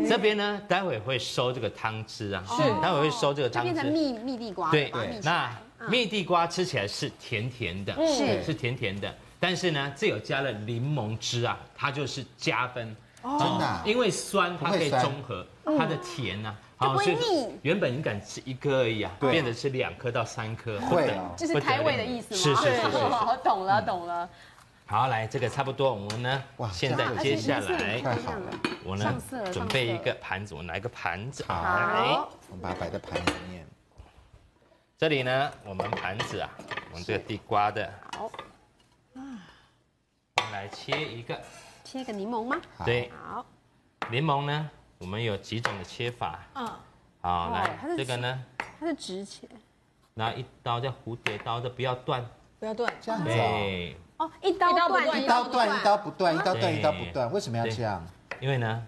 [SPEAKER 3] 这边呢待会会收这个汤汁啊，是
[SPEAKER 7] 哦
[SPEAKER 3] 待会会收这个
[SPEAKER 7] 就
[SPEAKER 3] 汤
[SPEAKER 7] 变成
[SPEAKER 3] 汁，
[SPEAKER 7] 蜜蜜地瓜，
[SPEAKER 3] 对
[SPEAKER 7] 把它蜜，起来嗯
[SPEAKER 3] 那蜜地瓜吃起来是甜甜的，
[SPEAKER 7] 是
[SPEAKER 3] 是甜甜的，但是呢，这有加了柠檬汁啊，它就是加分。哦
[SPEAKER 1] 真的啊
[SPEAKER 3] 因为酸它可以中和它的甜
[SPEAKER 7] 嗯
[SPEAKER 3] 呐、啊，好，所以原本你敢吃一颗而已啊，
[SPEAKER 1] 对
[SPEAKER 3] 变得吃两颗到三颗，
[SPEAKER 1] 会
[SPEAKER 3] 不得
[SPEAKER 1] 哦
[SPEAKER 7] 就是开胃的意思
[SPEAKER 3] 是
[SPEAKER 7] 吗？
[SPEAKER 3] 是是是。
[SPEAKER 7] 我哦懂
[SPEAKER 3] 嗯
[SPEAKER 7] 了懂了，
[SPEAKER 3] 好，来这个差不多，我们呢
[SPEAKER 1] 哇，
[SPEAKER 3] 现在
[SPEAKER 1] 这样
[SPEAKER 3] 接下来
[SPEAKER 1] 太好了，
[SPEAKER 3] 我呢
[SPEAKER 7] 上色了
[SPEAKER 3] 准备一个盘子，我拿一个盘子，啊来，
[SPEAKER 7] 好，
[SPEAKER 1] 我们把它摆在盘里面。
[SPEAKER 3] 这里呢，我们盘子啊，我们这个地瓜的，好，我们来切一个，
[SPEAKER 7] 切个柠檬吗？
[SPEAKER 1] 好
[SPEAKER 3] 对，
[SPEAKER 7] 好，
[SPEAKER 3] 柠檬呢，我们有几种的切法，
[SPEAKER 5] 嗯，
[SPEAKER 3] 好，来
[SPEAKER 7] 它是
[SPEAKER 3] 这个呢。
[SPEAKER 7] 它是直切
[SPEAKER 3] 拿一刀叫蝴蝶刀的，不要断。
[SPEAKER 5] 不要断，
[SPEAKER 7] 嗯
[SPEAKER 1] 这样子哦，
[SPEAKER 3] 对，
[SPEAKER 7] 哦，一刀
[SPEAKER 4] 一刀不
[SPEAKER 7] 断
[SPEAKER 4] 断
[SPEAKER 1] 一刀断一刀不断，一刀断一刀不断，
[SPEAKER 3] 对
[SPEAKER 1] 为什么要这样？
[SPEAKER 3] 因为呢，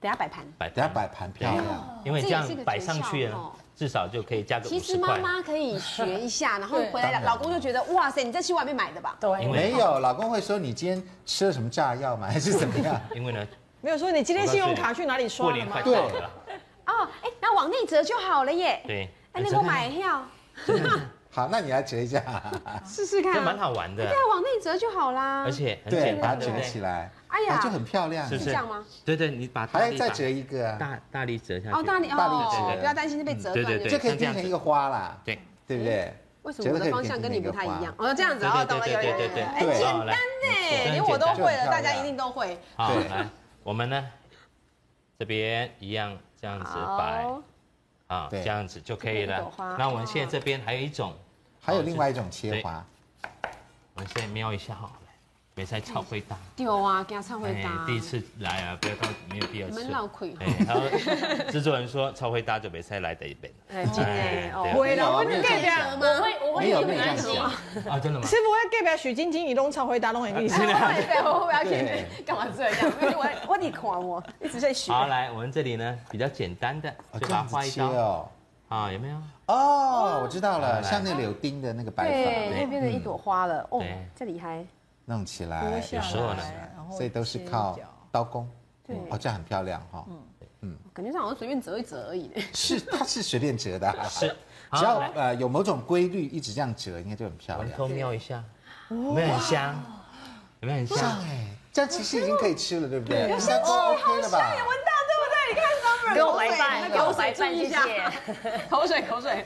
[SPEAKER 7] 等下摆盘。
[SPEAKER 3] 摆
[SPEAKER 1] 等下摆盘漂亮，
[SPEAKER 3] 因为这样
[SPEAKER 7] 这也是个
[SPEAKER 3] 摆上去
[SPEAKER 7] 诀窍
[SPEAKER 3] 呢
[SPEAKER 7] 哦，
[SPEAKER 3] 至少就可以加个
[SPEAKER 7] 其
[SPEAKER 3] 五
[SPEAKER 7] 实
[SPEAKER 3] 十
[SPEAKER 7] 妈
[SPEAKER 3] 块。
[SPEAKER 7] 妈可以学一下，然后回来
[SPEAKER 1] 当然
[SPEAKER 7] 老公就觉得哇塞，你在去外面买的吧？
[SPEAKER 4] 对，
[SPEAKER 3] 因为
[SPEAKER 1] 没有，老公会说你今天吃了什么炸药吗？还是怎么样？
[SPEAKER 3] 因为呢，
[SPEAKER 5] 没有说你今天信用卡去哪里刷
[SPEAKER 3] 过
[SPEAKER 5] 了
[SPEAKER 3] 年快
[SPEAKER 5] 吗？
[SPEAKER 3] 到了，
[SPEAKER 7] 哦，哎，那往内折就好了耶。
[SPEAKER 3] 对，
[SPEAKER 7] 哎，
[SPEAKER 3] 你
[SPEAKER 7] 那
[SPEAKER 3] 这
[SPEAKER 7] 我
[SPEAKER 3] 个
[SPEAKER 7] 买票
[SPEAKER 1] 好，那你来折一下，
[SPEAKER 7] 试试看
[SPEAKER 3] 这
[SPEAKER 7] 啊
[SPEAKER 3] 蛮，好玩的
[SPEAKER 7] 再，往内折就好啦
[SPEAKER 3] 而。且很
[SPEAKER 1] 对，
[SPEAKER 3] 简
[SPEAKER 1] 把
[SPEAKER 3] 单，
[SPEAKER 1] 它
[SPEAKER 3] 对不
[SPEAKER 1] 折
[SPEAKER 3] 对
[SPEAKER 1] 起？来，
[SPEAKER 7] 哎呀
[SPEAKER 1] 啊，就很漂亮，
[SPEAKER 3] 是不
[SPEAKER 7] 这
[SPEAKER 3] 是
[SPEAKER 7] 样吗？
[SPEAKER 3] 对对，你把大
[SPEAKER 1] 还要
[SPEAKER 3] 力
[SPEAKER 1] 再
[SPEAKER 3] 把
[SPEAKER 1] 折一个啊，
[SPEAKER 3] 大大力折下去。
[SPEAKER 7] 哦，大力
[SPEAKER 1] 大力
[SPEAKER 7] 哦
[SPEAKER 1] 折，
[SPEAKER 7] 不要担心被折
[SPEAKER 3] 对
[SPEAKER 7] 断。
[SPEAKER 3] 对对
[SPEAKER 1] 这可以变成一个花啦，
[SPEAKER 3] 对
[SPEAKER 1] 对不对？
[SPEAKER 7] 为什么我的方向跟你不太一样？哦，这样子
[SPEAKER 3] 对
[SPEAKER 7] 哦，
[SPEAKER 3] 对
[SPEAKER 7] 懂了，
[SPEAKER 3] 对
[SPEAKER 7] 有有
[SPEAKER 3] 对
[SPEAKER 7] 有
[SPEAKER 3] 对
[SPEAKER 7] 有
[SPEAKER 3] 对
[SPEAKER 7] 有。
[SPEAKER 1] 对
[SPEAKER 7] 哎，简单
[SPEAKER 3] 对
[SPEAKER 7] 呢，
[SPEAKER 3] 很
[SPEAKER 7] 连我都
[SPEAKER 3] 简单
[SPEAKER 7] 会了，
[SPEAKER 1] 就很漂亮
[SPEAKER 7] 大家一定都会。
[SPEAKER 3] 好，
[SPEAKER 1] 对
[SPEAKER 3] 来，我们呢，这边一样这样子摆
[SPEAKER 7] 好，
[SPEAKER 3] 啊，
[SPEAKER 1] 对
[SPEAKER 3] 这样子就可
[SPEAKER 7] 这
[SPEAKER 3] 以
[SPEAKER 7] 边一
[SPEAKER 3] 了
[SPEAKER 7] 朵花。
[SPEAKER 3] 那我们现在这边还有一种，
[SPEAKER 1] 还有另外一种切花，
[SPEAKER 3] 我们现在瞄一下好了，没在炒会大。
[SPEAKER 7] 丢啊，给他唱回答。
[SPEAKER 3] 哎第一次来啊，不要到没有第二
[SPEAKER 7] 你
[SPEAKER 3] 次
[SPEAKER 7] 们。闹亏。
[SPEAKER 3] 哎，然后制作人说超会搭就没再来的一遍。
[SPEAKER 7] 哎，真的哦。
[SPEAKER 5] 对了，我跟这样。
[SPEAKER 1] 讲，
[SPEAKER 4] 我会我
[SPEAKER 1] 没
[SPEAKER 4] 会
[SPEAKER 1] 有
[SPEAKER 4] 很
[SPEAKER 1] 没有这
[SPEAKER 4] 安
[SPEAKER 1] 样
[SPEAKER 4] 心。
[SPEAKER 1] 讲，
[SPEAKER 3] 啊，真的吗
[SPEAKER 5] 师？傅，我隔壁许晶晶，你拢超回答拢很意思。
[SPEAKER 7] 对，我不要去
[SPEAKER 1] 对
[SPEAKER 7] 干嘛这样？我我你看我一直在学。
[SPEAKER 3] 好，来，我们这里呢比较简单的，
[SPEAKER 1] 哦
[SPEAKER 3] 就
[SPEAKER 1] 这
[SPEAKER 3] 把它
[SPEAKER 1] 样
[SPEAKER 3] 画
[SPEAKER 1] 子
[SPEAKER 3] 一
[SPEAKER 1] 切
[SPEAKER 3] 刀
[SPEAKER 1] 哦。
[SPEAKER 3] 啊，有没有？
[SPEAKER 1] 哦，我知道了，
[SPEAKER 3] 来
[SPEAKER 1] 像那柳丁的那个白
[SPEAKER 7] 对，
[SPEAKER 1] 粉
[SPEAKER 7] 那变成一朵花了。哦
[SPEAKER 3] 对，
[SPEAKER 7] 这厉害。
[SPEAKER 1] 弄起来，
[SPEAKER 3] 有时候呢，
[SPEAKER 1] 所以都是靠刀工。
[SPEAKER 7] 对
[SPEAKER 1] 哦，这样很漂亮哈。
[SPEAKER 7] 感觉上好像随便折一折而已。
[SPEAKER 1] 是，它是随便折的啊，
[SPEAKER 3] 是，
[SPEAKER 1] 只要
[SPEAKER 3] 好，来，
[SPEAKER 1] 呃有某种规律，一直这样折，应该就很漂
[SPEAKER 3] 我们
[SPEAKER 1] 亮。
[SPEAKER 3] 偷瞄一下，
[SPEAKER 7] 哦
[SPEAKER 3] 有没有很香？有没有很
[SPEAKER 1] 这样
[SPEAKER 3] 香？
[SPEAKER 1] 哎，这样其实已经可以吃了，对不对？应该都 OK 了吧？
[SPEAKER 4] 给我白饭，给我白饭，谢谢。
[SPEAKER 7] 口水，口水。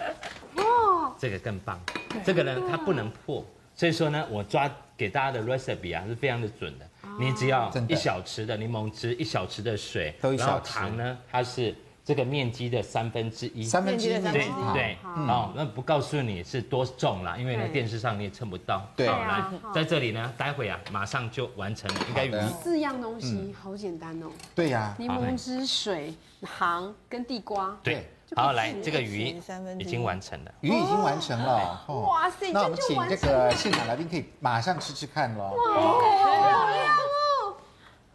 [SPEAKER 3] 这个更棒。这个呢，它不能破，所以说呢，我抓给大家的 recipe 啊是非常的准的。
[SPEAKER 7] 哦
[SPEAKER 3] 你只要
[SPEAKER 1] 真的
[SPEAKER 3] 一小匙的柠檬汁，一小匙的水，
[SPEAKER 1] 都一小匙
[SPEAKER 3] 然后糖呢，它是这个面积的三分之一。
[SPEAKER 1] 三分之一啊
[SPEAKER 5] 面积的
[SPEAKER 1] 面
[SPEAKER 3] 对
[SPEAKER 1] 积
[SPEAKER 5] 三
[SPEAKER 1] 好，
[SPEAKER 3] 对，哦，那不告诉你是多重啦，因为呢
[SPEAKER 7] 对
[SPEAKER 3] 电视上你也称不到。
[SPEAKER 1] 对
[SPEAKER 3] 好
[SPEAKER 1] 对
[SPEAKER 3] 来，在这里呢，待会啊马上就完成了，应该
[SPEAKER 1] 好的
[SPEAKER 3] 有
[SPEAKER 7] 四样东西
[SPEAKER 3] 嗯
[SPEAKER 7] 好简单哦，
[SPEAKER 1] 对呀，
[SPEAKER 7] 柠檬汁、水、糖跟地瓜。
[SPEAKER 3] 对。
[SPEAKER 7] 就可以
[SPEAKER 3] 好，来
[SPEAKER 7] 吃
[SPEAKER 3] 这个鱼
[SPEAKER 5] 三分之
[SPEAKER 3] 已
[SPEAKER 5] 一
[SPEAKER 3] 经完成了。
[SPEAKER 1] 鱼已经完成了。哦
[SPEAKER 7] 哇塞
[SPEAKER 1] 那我们请
[SPEAKER 7] 这
[SPEAKER 1] 这
[SPEAKER 7] 就完成
[SPEAKER 1] 个现场来宾可以马上吃吃看喽。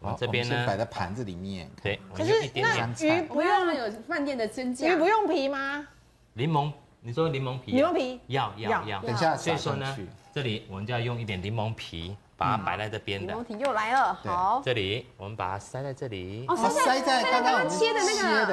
[SPEAKER 3] 我
[SPEAKER 1] 好
[SPEAKER 3] 们这边
[SPEAKER 1] 我们先摆
[SPEAKER 3] 呢，
[SPEAKER 1] 在盘子里面，
[SPEAKER 3] 对，我
[SPEAKER 5] 可
[SPEAKER 3] 们就是一点
[SPEAKER 5] 那
[SPEAKER 3] 点
[SPEAKER 5] 鱼
[SPEAKER 7] 不
[SPEAKER 5] 不
[SPEAKER 7] 要
[SPEAKER 5] 用
[SPEAKER 7] 有饭店的真假。
[SPEAKER 5] 鱼不用皮吗？
[SPEAKER 3] 柠檬，你说柠檬皮啊？
[SPEAKER 5] 柠檬皮
[SPEAKER 3] 要要
[SPEAKER 5] 要
[SPEAKER 3] 要。
[SPEAKER 1] 等一下撒
[SPEAKER 3] 所以说
[SPEAKER 1] 上
[SPEAKER 3] 呢
[SPEAKER 1] 去。，
[SPEAKER 3] 这里我们就要用一点柠檬皮，把它摆在这边的。
[SPEAKER 7] 柠檬体又来了，
[SPEAKER 1] 对
[SPEAKER 7] 好。
[SPEAKER 3] 这里我们把它塞在这里，
[SPEAKER 1] 哦，塞在刚刚我们切的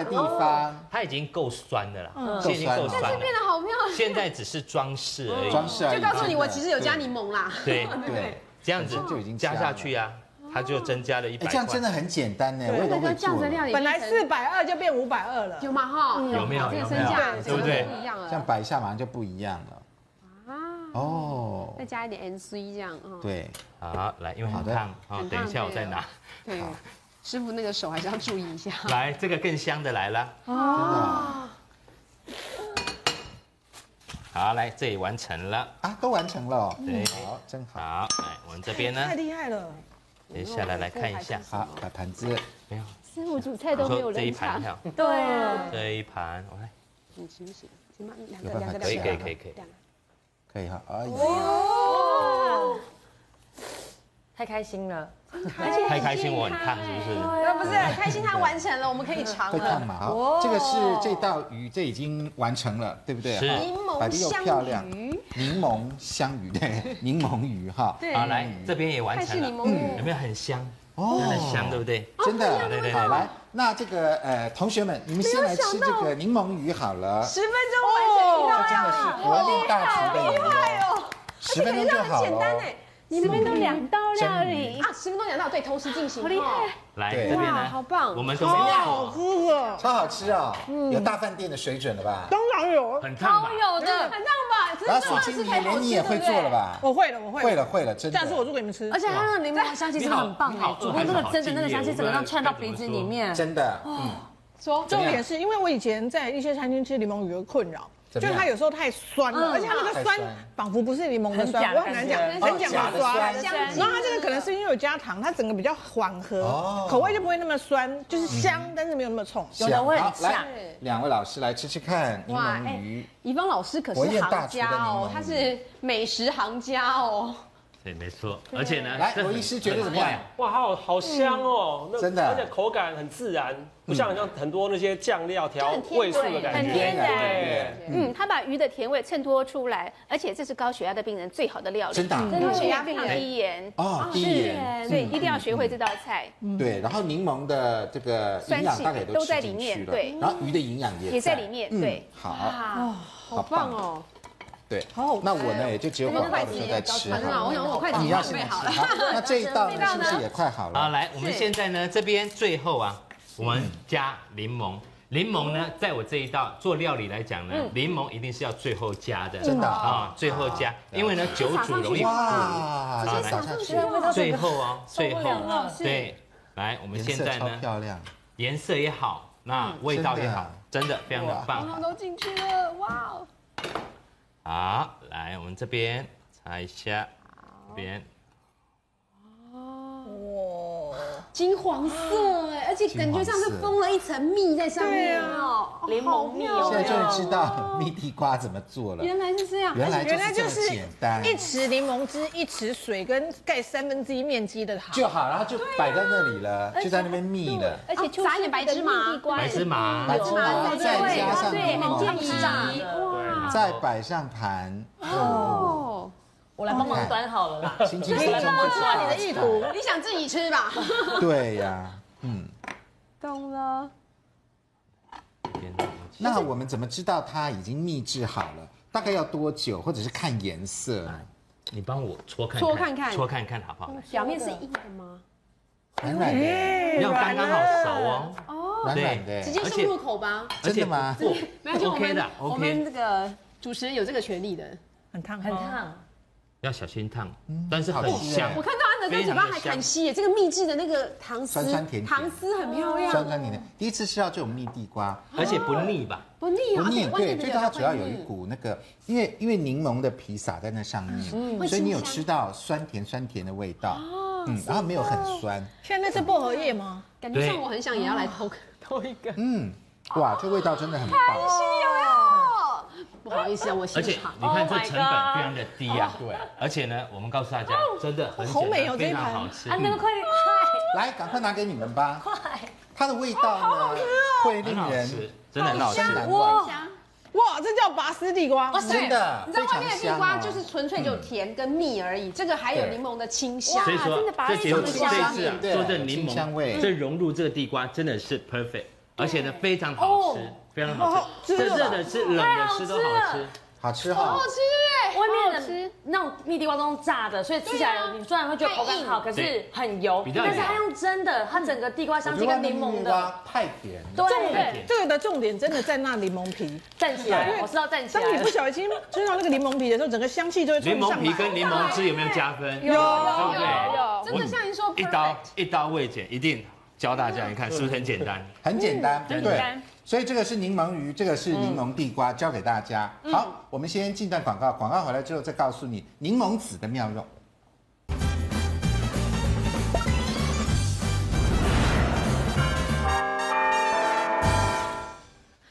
[SPEAKER 1] 地方，
[SPEAKER 3] 它已经够酸的了，现在已经够
[SPEAKER 1] 够酸了
[SPEAKER 3] 酸了，
[SPEAKER 7] 变得好漂亮，
[SPEAKER 3] 现在只是装饰而已。
[SPEAKER 1] 装饰而已
[SPEAKER 7] 就告诉你
[SPEAKER 1] 真的
[SPEAKER 7] 我其实有加柠檬啦。
[SPEAKER 3] 对
[SPEAKER 1] 对，
[SPEAKER 3] 这样子
[SPEAKER 1] 本身就已经
[SPEAKER 3] 加
[SPEAKER 1] 加
[SPEAKER 3] 下
[SPEAKER 1] 了
[SPEAKER 3] 去啊，它就增加了一
[SPEAKER 1] 哎，
[SPEAKER 3] 百块。
[SPEAKER 1] 这样真的很简单呢，我也都会做了。
[SPEAKER 7] 理
[SPEAKER 5] 本来四百二就变五百二了。
[SPEAKER 7] 有嘛哈，
[SPEAKER 3] 有没有
[SPEAKER 7] 这个
[SPEAKER 3] 有
[SPEAKER 7] 身
[SPEAKER 3] 没有
[SPEAKER 7] 价
[SPEAKER 3] 对不对
[SPEAKER 7] 不一样
[SPEAKER 1] 这样
[SPEAKER 7] 了。
[SPEAKER 1] 摆一下马上就不一样
[SPEAKER 7] 啊
[SPEAKER 1] 了。哦，
[SPEAKER 7] 再加一点 N C 这样啊，
[SPEAKER 1] 对，
[SPEAKER 3] 好，来，因为
[SPEAKER 1] 好
[SPEAKER 3] 很
[SPEAKER 1] 的
[SPEAKER 3] 烫啊，
[SPEAKER 7] 很烫
[SPEAKER 3] 等一下我再拿。
[SPEAKER 7] 对，师傅那个手还是要注意一下。
[SPEAKER 3] 来，这个更香的来了。好，来这里完成了。
[SPEAKER 1] 啊，都完成了哦，
[SPEAKER 7] 嗯
[SPEAKER 3] 对
[SPEAKER 1] 好，真好。
[SPEAKER 3] 好，来我们这边呢，
[SPEAKER 5] 太厉害了，
[SPEAKER 3] 接下来来看一下，
[SPEAKER 1] 好，把盘子
[SPEAKER 3] 没有，
[SPEAKER 6] 师傅煮菜都没有
[SPEAKER 3] 说这一
[SPEAKER 6] 人
[SPEAKER 3] 盘
[SPEAKER 6] 抢，
[SPEAKER 3] 哈，
[SPEAKER 4] 对啊，
[SPEAKER 3] 这一盘，我来，
[SPEAKER 7] 你行不行？行吗？两
[SPEAKER 1] 有
[SPEAKER 7] 个，
[SPEAKER 1] 办
[SPEAKER 7] 两
[SPEAKER 1] 法
[SPEAKER 7] 个，
[SPEAKER 3] 可以，
[SPEAKER 7] 两
[SPEAKER 3] 可以，
[SPEAKER 7] 个，
[SPEAKER 3] 可以，可以。
[SPEAKER 7] 两个。
[SPEAKER 1] 可以哈。哎呀，
[SPEAKER 7] 哦
[SPEAKER 4] 太开心了。
[SPEAKER 3] 太开心，我很烫，是不是？
[SPEAKER 7] 呃，不是，开心它完成了，我们可以尝
[SPEAKER 1] 会看
[SPEAKER 7] 了。
[SPEAKER 1] 嘛？好，这个是这道鱼，这已经完成了，对不对？
[SPEAKER 3] 是
[SPEAKER 1] 哈
[SPEAKER 7] 柠
[SPEAKER 1] 摆
[SPEAKER 7] 檬
[SPEAKER 1] 得又漂亮
[SPEAKER 7] 香鱼，
[SPEAKER 1] 柠檬香鱼， 对，柠檬鱼哈。
[SPEAKER 7] 对
[SPEAKER 3] 好，来这边也完
[SPEAKER 7] 泰
[SPEAKER 3] 成
[SPEAKER 7] 式柠
[SPEAKER 3] 了，
[SPEAKER 7] 檬
[SPEAKER 3] 有
[SPEAKER 7] 浴，
[SPEAKER 3] 没有很香？
[SPEAKER 1] 哦
[SPEAKER 3] 很香，对不对？
[SPEAKER 1] 真的，
[SPEAKER 3] 对
[SPEAKER 7] 啊
[SPEAKER 3] 对
[SPEAKER 1] 好
[SPEAKER 3] 对
[SPEAKER 1] 来，那这个呃，同学们，你们先来吃这个柠檬鱼好了，
[SPEAKER 7] 十分钟完成一
[SPEAKER 1] 这
[SPEAKER 7] 道哎
[SPEAKER 1] 真的是
[SPEAKER 7] 啊
[SPEAKER 1] 国民大厨的鱼哦，十分钟就
[SPEAKER 7] 很
[SPEAKER 1] 好
[SPEAKER 7] 简单
[SPEAKER 1] 了。哦
[SPEAKER 7] 哎，
[SPEAKER 6] 你们都两道料
[SPEAKER 1] 真
[SPEAKER 6] 理，
[SPEAKER 7] 啊，十分钟两道，对，同时进行，哦
[SPEAKER 6] 好厉害！
[SPEAKER 3] 来
[SPEAKER 1] 对
[SPEAKER 3] 这边
[SPEAKER 7] 哇，
[SPEAKER 3] 呢，
[SPEAKER 7] 好棒！
[SPEAKER 3] 我们都没
[SPEAKER 5] 哦好
[SPEAKER 3] 有，
[SPEAKER 5] 吃啊！
[SPEAKER 1] 超好吃哦，有大饭店的水准了吧？
[SPEAKER 5] 当然有，
[SPEAKER 3] 很烫吧？
[SPEAKER 4] 有
[SPEAKER 7] 很棒吧？只是
[SPEAKER 1] 然
[SPEAKER 7] 刚
[SPEAKER 1] 后
[SPEAKER 7] 刚
[SPEAKER 1] 水晶
[SPEAKER 7] 是
[SPEAKER 1] 鱼
[SPEAKER 7] 开头
[SPEAKER 1] 连你也会做了？吧？
[SPEAKER 5] 我会了，我会
[SPEAKER 1] 会了会了，真的。
[SPEAKER 5] 下次我做给你们吃
[SPEAKER 4] 而。且它那个柠檬香气真的很棒
[SPEAKER 3] 你
[SPEAKER 4] 哎
[SPEAKER 3] 好，
[SPEAKER 4] 主播那
[SPEAKER 3] 你
[SPEAKER 4] 个
[SPEAKER 3] 好
[SPEAKER 4] 真的那个
[SPEAKER 3] 敬业
[SPEAKER 4] 香气整
[SPEAKER 3] 我
[SPEAKER 4] 个让
[SPEAKER 3] 不知道
[SPEAKER 4] 串到
[SPEAKER 3] 该怎
[SPEAKER 4] 鼻
[SPEAKER 3] 么
[SPEAKER 4] 子
[SPEAKER 3] 说
[SPEAKER 4] 里面，
[SPEAKER 1] 真的，嗯，
[SPEAKER 7] 说
[SPEAKER 1] 怎
[SPEAKER 5] 重
[SPEAKER 1] 么样
[SPEAKER 5] 点是因为我以前在一些餐厅吃柠檬鱼的困扰，
[SPEAKER 1] 怎
[SPEAKER 5] 就
[SPEAKER 1] 么样啊
[SPEAKER 5] 是它有时候太酸了，
[SPEAKER 4] 嗯
[SPEAKER 5] 而且它那
[SPEAKER 1] 太
[SPEAKER 5] 个
[SPEAKER 1] 酸
[SPEAKER 5] 酸仿佛不是柠檬的酸，
[SPEAKER 4] 很假的
[SPEAKER 5] 我很难讲，很
[SPEAKER 4] 感觉
[SPEAKER 5] 讲
[SPEAKER 1] 假
[SPEAKER 5] 啊
[SPEAKER 1] 的
[SPEAKER 5] 的酸。
[SPEAKER 1] 酸
[SPEAKER 5] 然后它这个可能是因为有加糖，它整个比较缓
[SPEAKER 1] 哦嗯
[SPEAKER 5] 和，口味就不会那么酸，就是香，但是没有那么冲。
[SPEAKER 4] 有的会很
[SPEAKER 1] 好来
[SPEAKER 4] 像
[SPEAKER 1] 两位老师来吃吃看柠
[SPEAKER 7] 哇
[SPEAKER 1] 檬鱼，
[SPEAKER 7] 怡芳老师可
[SPEAKER 1] 国宴
[SPEAKER 7] 是行
[SPEAKER 1] 大厨的
[SPEAKER 7] 家
[SPEAKER 1] 柠
[SPEAKER 7] 哦
[SPEAKER 1] 檬，
[SPEAKER 7] 他是美食行家哦。
[SPEAKER 3] 对，没错。而且呢，
[SPEAKER 1] 来
[SPEAKER 3] 这
[SPEAKER 1] 罗
[SPEAKER 3] 很
[SPEAKER 1] 医师觉得怎么样？
[SPEAKER 8] 哇，好好香哦，那
[SPEAKER 1] 真的啊嗯
[SPEAKER 8] 而且口感很自然，不像像很多那些酱料调味素的感
[SPEAKER 4] 很
[SPEAKER 8] 觉。
[SPEAKER 4] 天然。
[SPEAKER 8] 对，
[SPEAKER 6] 嗯，他把鱼的甜味衬托出来，而且这是高血压的病人最好的料理，
[SPEAKER 1] 真的啊
[SPEAKER 6] 因为血压
[SPEAKER 7] 真
[SPEAKER 6] 非
[SPEAKER 7] 的
[SPEAKER 6] 常低盐，
[SPEAKER 1] 哦，第一眼
[SPEAKER 6] 所以一定要学会这道菜，
[SPEAKER 1] 对，然后柠檬的这个营养大概也都吃进去了，
[SPEAKER 6] 酸性都在里面对
[SPEAKER 1] 然后鱼的营养也
[SPEAKER 6] 也在里面
[SPEAKER 1] 嗯
[SPEAKER 6] 对
[SPEAKER 1] 好，
[SPEAKER 7] 啊，好棒哦！
[SPEAKER 1] 对，那我呢也就只有广告的时候在吃
[SPEAKER 7] 很好，
[SPEAKER 1] 哈
[SPEAKER 7] 我，想我快
[SPEAKER 1] 你
[SPEAKER 7] 点
[SPEAKER 1] 要
[SPEAKER 7] 准
[SPEAKER 1] 先
[SPEAKER 7] 备
[SPEAKER 1] 来吃
[SPEAKER 7] 好了。
[SPEAKER 1] 好，那这一道呢
[SPEAKER 7] 这道
[SPEAKER 1] 是不
[SPEAKER 7] 呢
[SPEAKER 1] 是也快好了？
[SPEAKER 3] 好，来，我们
[SPEAKER 7] 是
[SPEAKER 3] 现在呢这边最后啊，我们加柠檬。柠檬呢，在我这一道做料理来讲呢，柠檬一定是要最后加的，
[SPEAKER 1] 真的
[SPEAKER 3] 啊，最后加，因为呢久煮容易苦。
[SPEAKER 1] 哇，
[SPEAKER 3] 好
[SPEAKER 1] 这
[SPEAKER 3] 来
[SPEAKER 1] 撒上去，
[SPEAKER 3] 最后哦，最
[SPEAKER 4] 受不了
[SPEAKER 3] 后
[SPEAKER 4] 了是
[SPEAKER 3] 对，来，我们
[SPEAKER 1] 颜
[SPEAKER 3] 现
[SPEAKER 1] 色
[SPEAKER 3] 在
[SPEAKER 1] 超
[SPEAKER 3] 呢，
[SPEAKER 1] 漂亮，
[SPEAKER 3] 颜色也好，那
[SPEAKER 1] 嗯
[SPEAKER 3] 味道也好，真的非常的棒。
[SPEAKER 7] 都进去了，哇哦！
[SPEAKER 3] 好，来，我们这边擦一下，这边
[SPEAKER 7] 金黄色哎，而且感觉像是
[SPEAKER 1] 金黄色
[SPEAKER 7] 封了一层蜜在上面哦，
[SPEAKER 4] 柠檬蜜
[SPEAKER 1] 现
[SPEAKER 4] 哦
[SPEAKER 1] 在终于知道蜜地瓜怎么做了，
[SPEAKER 7] 原来是这样。
[SPEAKER 1] 原来
[SPEAKER 5] 原来
[SPEAKER 1] 就
[SPEAKER 5] 就是
[SPEAKER 1] 这
[SPEAKER 5] 是
[SPEAKER 1] 么简单。
[SPEAKER 5] 一匙柠檬汁，一匙水跟盖三分之一面积的糖。
[SPEAKER 1] 就好，然后就摆在那里了，就在那边蜜了。
[SPEAKER 6] 而且秋
[SPEAKER 7] 撒一点白芝麻
[SPEAKER 3] 白芝麻，
[SPEAKER 1] 白芝麻
[SPEAKER 7] 对
[SPEAKER 1] 再加上
[SPEAKER 6] 对
[SPEAKER 1] 柠
[SPEAKER 6] 很
[SPEAKER 1] 檬
[SPEAKER 6] 建
[SPEAKER 1] 汁
[SPEAKER 6] 议，
[SPEAKER 3] 对
[SPEAKER 1] 再摆上盘，哦
[SPEAKER 7] 哦，
[SPEAKER 4] 我来帮忙端好了啦。
[SPEAKER 1] 心情真的
[SPEAKER 5] 我知道你的意图，
[SPEAKER 7] 你想自己吃吧？
[SPEAKER 1] 啊对呀，嗯，
[SPEAKER 7] 懂了。
[SPEAKER 3] 这边呢
[SPEAKER 1] 那我们怎么知道它已经秘制好了？大概要多久，或者是看颜色呢？
[SPEAKER 3] 你帮我搓看
[SPEAKER 7] 搓看看哦
[SPEAKER 3] 搓看看好不好？
[SPEAKER 7] 表面是硬的吗？
[SPEAKER 1] 软软的，
[SPEAKER 3] 要刚刚好熟哦，
[SPEAKER 1] 软软的
[SPEAKER 7] 直，接送入口吧。
[SPEAKER 3] 而
[SPEAKER 1] 哦真
[SPEAKER 3] 且
[SPEAKER 1] 的吗？
[SPEAKER 3] 不
[SPEAKER 7] 没关系，
[SPEAKER 3] 不 OK 的
[SPEAKER 7] 我们我
[SPEAKER 3] ，OK，
[SPEAKER 7] 们这个主持人有这个权利的。
[SPEAKER 5] 很烫，
[SPEAKER 4] 很。烫，
[SPEAKER 3] 要小心烫，但是
[SPEAKER 1] 嗯好
[SPEAKER 3] 很
[SPEAKER 1] 吃
[SPEAKER 3] 香
[SPEAKER 1] 耶
[SPEAKER 7] 我。看到安德在嘴巴还很吸耶，这个秘制的那个糖丝，
[SPEAKER 1] 酸酸甜甜
[SPEAKER 7] 糖丝很漂亮，
[SPEAKER 1] 酸酸甜甜。第一次吃到这种蜜地瓜，
[SPEAKER 3] 而且不腻吧？
[SPEAKER 7] 不腻啊，
[SPEAKER 1] 不腻，
[SPEAKER 7] 而且外
[SPEAKER 1] 对，
[SPEAKER 7] 面的
[SPEAKER 1] 最
[SPEAKER 7] 有
[SPEAKER 1] 它
[SPEAKER 7] 的
[SPEAKER 1] 主要有
[SPEAKER 7] 会
[SPEAKER 1] 一
[SPEAKER 7] 腻
[SPEAKER 1] 股那个，因为因为柠檬的皮撒在那上
[SPEAKER 7] 嗯
[SPEAKER 1] 面，所以你有吃到酸甜酸甜的味道，
[SPEAKER 7] 哦
[SPEAKER 1] 嗯，然后没有很酸，
[SPEAKER 5] 现在那是薄荷叶吗？
[SPEAKER 7] 感觉
[SPEAKER 3] 对
[SPEAKER 7] 上我很想也要来偷个偷一个。
[SPEAKER 1] 嗯，哇，这味道真的很棒，
[SPEAKER 7] 不好意思啊，我
[SPEAKER 3] 而
[SPEAKER 7] 现
[SPEAKER 3] 且
[SPEAKER 7] 场。
[SPEAKER 3] 你看这成本非常的低啊，对。而且呢，我们告诉大家，真的很
[SPEAKER 5] 好美
[SPEAKER 3] 简
[SPEAKER 5] 哦
[SPEAKER 3] 单，
[SPEAKER 5] 这
[SPEAKER 3] 非
[SPEAKER 5] 一
[SPEAKER 3] 常
[SPEAKER 5] 盘
[SPEAKER 3] 好吃。
[SPEAKER 4] 啊，那个快快
[SPEAKER 1] 来，赶快拿给你们吧，
[SPEAKER 4] 快！
[SPEAKER 1] 它的味道
[SPEAKER 7] 哦
[SPEAKER 1] 呢会
[SPEAKER 3] 很
[SPEAKER 1] 令
[SPEAKER 3] 好
[SPEAKER 1] 人
[SPEAKER 3] 吃，真的很好吃。啊
[SPEAKER 1] 香难忘，
[SPEAKER 5] 哇，这叫拔丝地瓜。
[SPEAKER 7] 对
[SPEAKER 1] 真的
[SPEAKER 7] 你知道外面的地瓜
[SPEAKER 1] 非常香哦
[SPEAKER 7] 就是纯粹就甜跟蜜而已，这个还有柠檬的清香
[SPEAKER 3] 所。以说
[SPEAKER 6] 真的，把
[SPEAKER 3] 这
[SPEAKER 6] 它
[SPEAKER 3] 节目这一
[SPEAKER 6] 做
[SPEAKER 3] 次
[SPEAKER 6] 得
[SPEAKER 3] 啊
[SPEAKER 1] 香，对
[SPEAKER 3] 做这柠
[SPEAKER 1] 清香味
[SPEAKER 3] 檬，这融入这个地瓜真的是 perfect，而且呢非常好吃，非常好吃。这热的吃，冷的吃都哦好吃。
[SPEAKER 1] 哦好吃
[SPEAKER 7] 哦
[SPEAKER 1] 哈，
[SPEAKER 7] 嗯
[SPEAKER 4] 外面的那种蜜地瓜都是炸的，所以吃起来你虽然会觉得口感好，可是很油
[SPEAKER 3] 比，较油
[SPEAKER 4] 但是它用蒸的，它整个地瓜
[SPEAKER 1] 我
[SPEAKER 4] 香
[SPEAKER 1] 觉
[SPEAKER 4] 气
[SPEAKER 1] 得外
[SPEAKER 4] 跟
[SPEAKER 1] 面
[SPEAKER 4] 柠
[SPEAKER 1] 蜜
[SPEAKER 4] 檬
[SPEAKER 1] 瓜
[SPEAKER 4] 的，
[SPEAKER 1] 太甜了，
[SPEAKER 4] 对，
[SPEAKER 5] 这个的重点真的在那柠檬皮。
[SPEAKER 4] 站起来，我是要站起
[SPEAKER 5] 当你
[SPEAKER 4] 来
[SPEAKER 5] 不。小心吃到那个柠檬皮的时候，整个香气就会
[SPEAKER 3] 柠檬
[SPEAKER 5] 冲上
[SPEAKER 3] 皮
[SPEAKER 5] 来。
[SPEAKER 3] 跟柠檬汁有没有加分？有，对不对？
[SPEAKER 6] 有
[SPEAKER 7] 真的像你说
[SPEAKER 3] 一刀一刀未剪，一定教大家，你看是不是很简单？
[SPEAKER 1] 很简单，
[SPEAKER 7] 很简
[SPEAKER 1] 对
[SPEAKER 7] 单。
[SPEAKER 1] 所以这个是柠檬鱼，这个是柠檬地瓜，教给大家。好，我们先进段广告，广告回来之后再告诉你柠檬籽的妙用。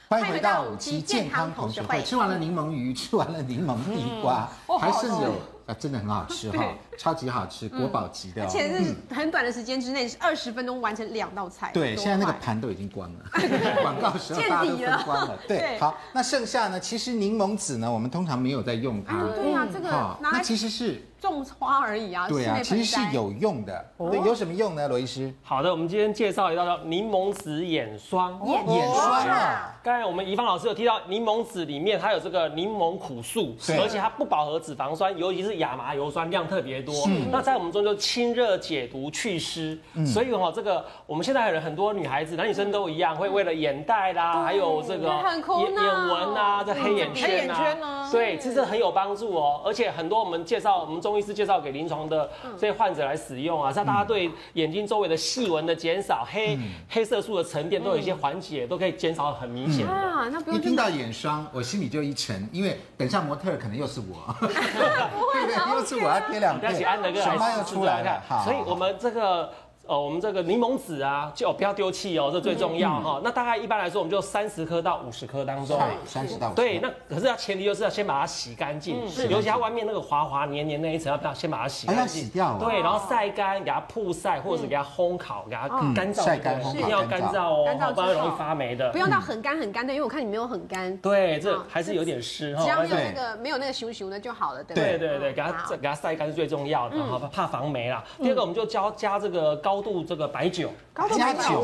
[SPEAKER 1] 欢迎回到五期健康同学会。吃完了柠檬鱼，吃完了柠檬地瓜，还剩有啊，真的很好吃哈，超级好吃，国宝级的哦。
[SPEAKER 7] 而且是很短的时间之内，是二十分钟完成两道菜。
[SPEAKER 1] 对，
[SPEAKER 7] 多
[SPEAKER 1] 现在那个
[SPEAKER 7] 快
[SPEAKER 1] 盘都已经光 了，广告时候大家都分光了。对，
[SPEAKER 7] 对
[SPEAKER 1] 好，那剩下呢？其实柠檬籽呢，我们通常没有在用它。
[SPEAKER 7] 嗯对呀、这个
[SPEAKER 1] 哈
[SPEAKER 7] 拿
[SPEAKER 1] 那
[SPEAKER 7] 来
[SPEAKER 1] 其实是
[SPEAKER 7] 种花而已啊，
[SPEAKER 1] 对
[SPEAKER 7] 室
[SPEAKER 1] 啊，
[SPEAKER 7] 内
[SPEAKER 1] 其实是
[SPEAKER 7] 盆栽哦
[SPEAKER 1] 有用的。对，有什么用呢？罗医师，
[SPEAKER 8] 好的，我们今天介绍一道叫柠檬籽眼霜。
[SPEAKER 1] 眼霜啊，
[SPEAKER 8] 刚才我们怡芳老师有提到，柠檬籽里面它有这个柠檬苦素，
[SPEAKER 1] 对
[SPEAKER 8] 而且它不饱和脂肪酸，尤其是亚麻油酸量特别多。那在我们中就清热解毒祛湿，所以哈、这个我们现在人很多女孩子、男女生都一样，会为了眼袋啦，还有这个
[SPEAKER 7] 很苦恼
[SPEAKER 8] 眼眼纹啊，这黑眼
[SPEAKER 5] 黑
[SPEAKER 8] 圈
[SPEAKER 5] 眼
[SPEAKER 8] 啊，
[SPEAKER 5] 圈啊
[SPEAKER 8] 对，这是很有帮助哦。而且很多我们介绍，我们中医师介绍给临床的这些患者来使用啊，像大家对眼睛周围的细纹的减
[SPEAKER 1] 嗯
[SPEAKER 8] 少、黑黑色素的沉淀都有一些缓解，都可以减少很明显的。
[SPEAKER 7] 啊，那不
[SPEAKER 1] 一
[SPEAKER 7] 用去
[SPEAKER 1] 听到眼霜，我心里就一沉，因为等一下模特儿可能又是 我，对不对？又是我要贴两
[SPEAKER 8] 要
[SPEAKER 1] 遍，
[SPEAKER 8] 请安德哥
[SPEAKER 1] 熊猫
[SPEAKER 8] 来
[SPEAKER 1] 又
[SPEAKER 8] 试
[SPEAKER 1] 出来了。好
[SPEAKER 8] 啊所以我们这个。呃，我们这个柠檬籽啊，就不要丢弃哦，这最重要
[SPEAKER 1] 嗯
[SPEAKER 8] 哈、那大概一般来说，我们就三十颗到五十颗当中。
[SPEAKER 1] 三十到50
[SPEAKER 8] 对，那可是要前提就是要先把它洗干净，
[SPEAKER 1] 嗯
[SPEAKER 8] 尤其它外面那个滑滑黏黏那一层，要不要先把它洗
[SPEAKER 1] 哎要
[SPEAKER 8] 干净？
[SPEAKER 1] 洗掉哦
[SPEAKER 8] 对，然后晒干，给它曝晒，或
[SPEAKER 7] 嗯
[SPEAKER 8] 者是给它烘烤，给它干燥。
[SPEAKER 1] 嗯晒干烘烤
[SPEAKER 8] 一定要干
[SPEAKER 1] 干燥
[SPEAKER 8] 燥哦，
[SPEAKER 7] 干燥之后
[SPEAKER 8] 不然容易发霉的
[SPEAKER 7] 不。用到很干很干的，因为我看你没有很干，
[SPEAKER 8] 对，这
[SPEAKER 7] 啊
[SPEAKER 8] 还是有点湿
[SPEAKER 1] 哦
[SPEAKER 8] 哈。
[SPEAKER 7] 只要
[SPEAKER 8] 但
[SPEAKER 7] 没
[SPEAKER 8] 是
[SPEAKER 1] 哎
[SPEAKER 7] 有那个没有那个熊熊的就好了，对不
[SPEAKER 8] 对
[SPEAKER 7] 对？
[SPEAKER 8] 对对，给它
[SPEAKER 7] 好嗯
[SPEAKER 8] 给它晒干是最重要的，好吧怕防霉啦。第二个，我们就加加这个高度这个白酒，
[SPEAKER 1] 加酒，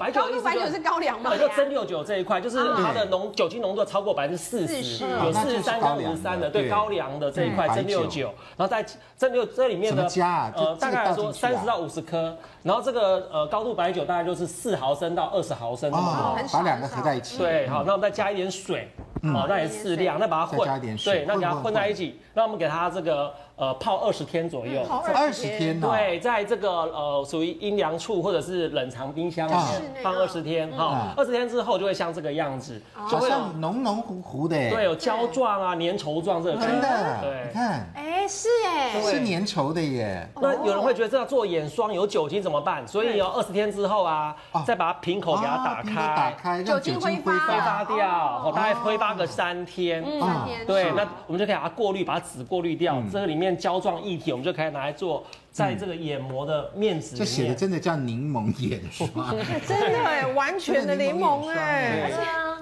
[SPEAKER 8] 白酒白酒
[SPEAKER 7] 高
[SPEAKER 8] 的意
[SPEAKER 7] 度
[SPEAKER 8] 思
[SPEAKER 7] 白酒
[SPEAKER 8] 就是
[SPEAKER 7] 高粱嘛
[SPEAKER 8] 那，就蒸馏酒这一块，就是
[SPEAKER 1] 啊
[SPEAKER 8] 它的浓酒精浓度超过百分之四十，有四十三跟五十三的，对高粱的这一
[SPEAKER 1] 嗯
[SPEAKER 8] 块蒸馏酒，然后在蒸馏这里面
[SPEAKER 1] 怎
[SPEAKER 8] 呢
[SPEAKER 1] 么加啊，这
[SPEAKER 8] 大概来
[SPEAKER 1] 这
[SPEAKER 8] 说
[SPEAKER 1] 个倒进去
[SPEAKER 8] 三
[SPEAKER 1] 啊
[SPEAKER 8] 十到五十颗，然后这个呃高度白酒大概就是四毫升到二十毫升那么多
[SPEAKER 1] 哦，把两个合在一起，
[SPEAKER 8] 对，好，那我们再加一点水，好，那也适量，再把它
[SPEAKER 1] 嗯
[SPEAKER 8] 混，
[SPEAKER 1] 再加一点水
[SPEAKER 8] 对，那给它
[SPEAKER 1] 混混
[SPEAKER 8] 混在一起，那我们给它这个呃泡二十天左右。
[SPEAKER 1] 二十天哦，
[SPEAKER 8] 对，在这个呃属于阴凉处或者是冷藏冰箱里
[SPEAKER 1] 啊
[SPEAKER 8] 面放二十天哈，二十天之后就会像这个样子，就
[SPEAKER 1] 好
[SPEAKER 8] 会有
[SPEAKER 1] 像浓浓糊糊的，
[SPEAKER 8] 对有胶状啊、粘稠状这个感
[SPEAKER 1] 真
[SPEAKER 8] 觉，
[SPEAKER 1] 的，你
[SPEAKER 8] 对。
[SPEAKER 1] 看
[SPEAKER 7] 哎，是哎，
[SPEAKER 1] 是粘稠的耶，
[SPEAKER 8] 那有人会觉得这样做眼霜有酒精怎么办？所以有二十天之后啊
[SPEAKER 1] 哦，
[SPEAKER 8] 再把它瓶口给它打
[SPEAKER 1] 啊瓶口打
[SPEAKER 8] 开，
[SPEAKER 1] 开，让酒精挥
[SPEAKER 7] 挥
[SPEAKER 8] 挥
[SPEAKER 1] 发
[SPEAKER 8] 发掉，哦大概挥发个嗯三天，
[SPEAKER 1] 啊
[SPEAKER 8] 对，那我们就可以把它过滤，把它纸过滤掉，
[SPEAKER 1] 嗯
[SPEAKER 8] 这个里面胶状液体，我们就可以拿来做在这个眼膜的面纸
[SPEAKER 1] 这
[SPEAKER 8] 里
[SPEAKER 1] 写的
[SPEAKER 8] 面。
[SPEAKER 1] 真的叫柠檬眼霜，
[SPEAKER 5] 真的哎，完全的柠 檬哎，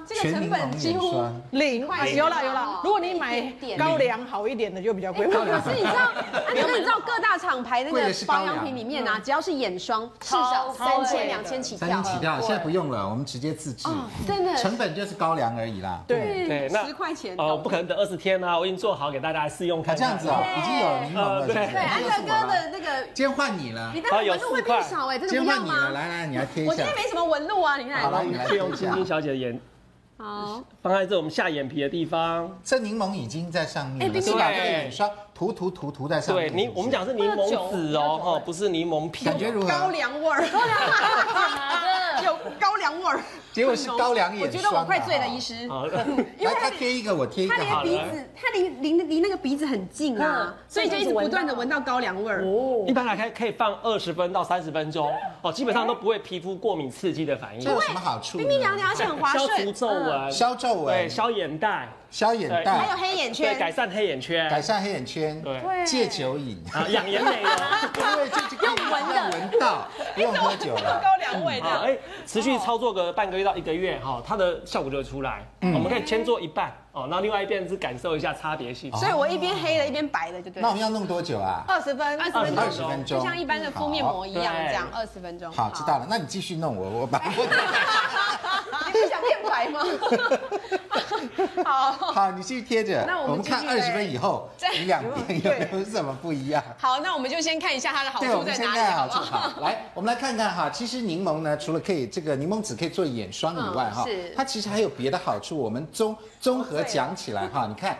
[SPEAKER 1] 对，
[SPEAKER 7] 这个成本几乎
[SPEAKER 1] 全柠檬眼霜
[SPEAKER 5] 零啊
[SPEAKER 7] 快
[SPEAKER 5] 有啦
[SPEAKER 7] 零
[SPEAKER 5] 有啦
[SPEAKER 7] 哦。
[SPEAKER 5] 如果你 买高粱好一点的就比较贵，
[SPEAKER 7] 可是你知道，啊，那个你知道各大厂牌那
[SPEAKER 1] 贵
[SPEAKER 7] 个
[SPEAKER 1] 的是高
[SPEAKER 7] 保
[SPEAKER 1] 粱嗯
[SPEAKER 7] 养品里面啊，只要是眼霜，至
[SPEAKER 4] 啊
[SPEAKER 7] 少三千两千起
[SPEAKER 1] 三斤
[SPEAKER 7] 跳，哦
[SPEAKER 1] 起跳，现在不用了，我们直接自制，
[SPEAKER 7] 真的
[SPEAKER 1] 成本就是高粱而已啦。
[SPEAKER 5] 对，
[SPEAKER 8] 对，那
[SPEAKER 7] 十块钱
[SPEAKER 8] 哦，不可能等二十天啊，我已经做好给大家来试用
[SPEAKER 1] 啊，
[SPEAKER 8] 看
[SPEAKER 1] 这
[SPEAKER 8] 看。
[SPEAKER 1] 样子哦，已经有柠檬了，
[SPEAKER 8] 呃对
[SPEAKER 1] 是不是
[SPEAKER 7] 对，安德哥，的那个，
[SPEAKER 1] 今天换你了
[SPEAKER 7] 你，待会
[SPEAKER 8] 有
[SPEAKER 7] 纹路会
[SPEAKER 8] 四块
[SPEAKER 7] 变少哎，这
[SPEAKER 1] 今
[SPEAKER 7] 个
[SPEAKER 1] 天
[SPEAKER 7] 不要
[SPEAKER 1] 换你了，
[SPEAKER 7] 吗？
[SPEAKER 1] 来来，你来贴一
[SPEAKER 7] 我今
[SPEAKER 1] 下
[SPEAKER 7] 天，没什么纹路啊，你
[SPEAKER 1] 好
[SPEAKER 7] 看，
[SPEAKER 1] 了，
[SPEAKER 8] 我
[SPEAKER 1] 你
[SPEAKER 8] 们
[SPEAKER 1] 来
[SPEAKER 8] 借
[SPEAKER 1] 贴
[SPEAKER 8] 用
[SPEAKER 1] 一
[SPEAKER 8] 晶
[SPEAKER 1] 下
[SPEAKER 8] 晶。小姐的眼，
[SPEAKER 7] 好，
[SPEAKER 8] 放在这我们下眼皮的地方。
[SPEAKER 1] 这柠檬已经在上面
[SPEAKER 7] 哎
[SPEAKER 1] 了，
[SPEAKER 7] 冰
[SPEAKER 1] 是
[SPEAKER 7] 淇淋
[SPEAKER 1] 把这个眼霜涂涂涂涂在上
[SPEAKER 8] 对，
[SPEAKER 1] 面。是不
[SPEAKER 8] 柠
[SPEAKER 1] 是
[SPEAKER 8] 我们讲是柠檬籽哦，哦，不是柠檬片。
[SPEAKER 1] 感觉如
[SPEAKER 7] 高
[SPEAKER 1] 何？
[SPEAKER 7] 粱 味儿， 有高粱味儿，
[SPEAKER 1] 结果是高粱
[SPEAKER 7] 我
[SPEAKER 1] 眼
[SPEAKER 7] 觉
[SPEAKER 1] 霜
[SPEAKER 7] 得
[SPEAKER 1] 啊。
[SPEAKER 7] 我快醉了，医师。
[SPEAKER 8] 好，
[SPEAKER 1] 来，他贴一个，我贴一个
[SPEAKER 7] 他，连
[SPEAKER 1] 好了。
[SPEAKER 7] 鼻子，他离离离那个鼻子很近啊，所以就一直不断的闻到高粱味儿。
[SPEAKER 1] 哦
[SPEAKER 8] 一般来看可以放二十分到三十分钟哦，基本上都不会皮肤过敏刺激的反
[SPEAKER 1] 这
[SPEAKER 8] 应
[SPEAKER 1] 有，什么好处呢？
[SPEAKER 7] 冰冰凉凉，而且很滑
[SPEAKER 8] 消除
[SPEAKER 7] 顺，
[SPEAKER 8] 皱纹，
[SPEAKER 1] 消皱
[SPEAKER 8] 对，
[SPEAKER 1] 纹，
[SPEAKER 8] 消眼袋，
[SPEAKER 1] 消眼
[SPEAKER 7] 还有
[SPEAKER 1] 袋，
[SPEAKER 7] 黑眼
[SPEAKER 8] 对，
[SPEAKER 7] 圈，
[SPEAKER 8] 改善黑眼圈，
[SPEAKER 1] 改善黑眼圈，
[SPEAKER 8] 对，
[SPEAKER 1] 戒酒 瘾。
[SPEAKER 8] 啊，养颜美容。
[SPEAKER 1] 因为这就可以让闻到，不用喝酒 了。
[SPEAKER 5] 高粱味
[SPEAKER 8] 啊，哎，持续操作个半个月到一个月哈，它的效果就会出来。我们可以先做一半哦，那另外一边是感受一下差别性。
[SPEAKER 7] 所以我一边黑的，一边白的，就对
[SPEAKER 1] 那我
[SPEAKER 7] 了。
[SPEAKER 1] 们要弄多久啊？
[SPEAKER 5] 二十分，
[SPEAKER 7] 二十
[SPEAKER 8] 二
[SPEAKER 7] 分
[SPEAKER 8] 十
[SPEAKER 7] 钟
[SPEAKER 1] 二，十分钟，
[SPEAKER 7] 就像一般的敷面膜一样，
[SPEAKER 8] 好
[SPEAKER 7] 这样二十分钟。
[SPEAKER 1] 好。好，知道了。那你继续弄我，我把
[SPEAKER 7] 你不想变白吗？ 好。
[SPEAKER 1] 好，你继续贴着。
[SPEAKER 7] 那我们
[SPEAKER 1] 们看
[SPEAKER 7] 继
[SPEAKER 1] 二
[SPEAKER 7] 续
[SPEAKER 1] 十分以后，你两边有没有什么不一样？
[SPEAKER 7] 好，那我们就先看一下它的好
[SPEAKER 1] 对，我
[SPEAKER 7] 处
[SPEAKER 1] 们
[SPEAKER 7] 在
[SPEAKER 1] 现
[SPEAKER 7] 哪里，
[SPEAKER 1] 在
[SPEAKER 7] 好
[SPEAKER 1] 好
[SPEAKER 7] 不
[SPEAKER 1] 处
[SPEAKER 7] 好？
[SPEAKER 1] 好，来，我们来看看哈。其实柠檬呢，除了可以这个柠檬籽可以做眼霜以外哈，
[SPEAKER 7] 嗯是哦啊
[SPEAKER 1] 它其实还有别的好处。我们综综合讲起来哈，你看。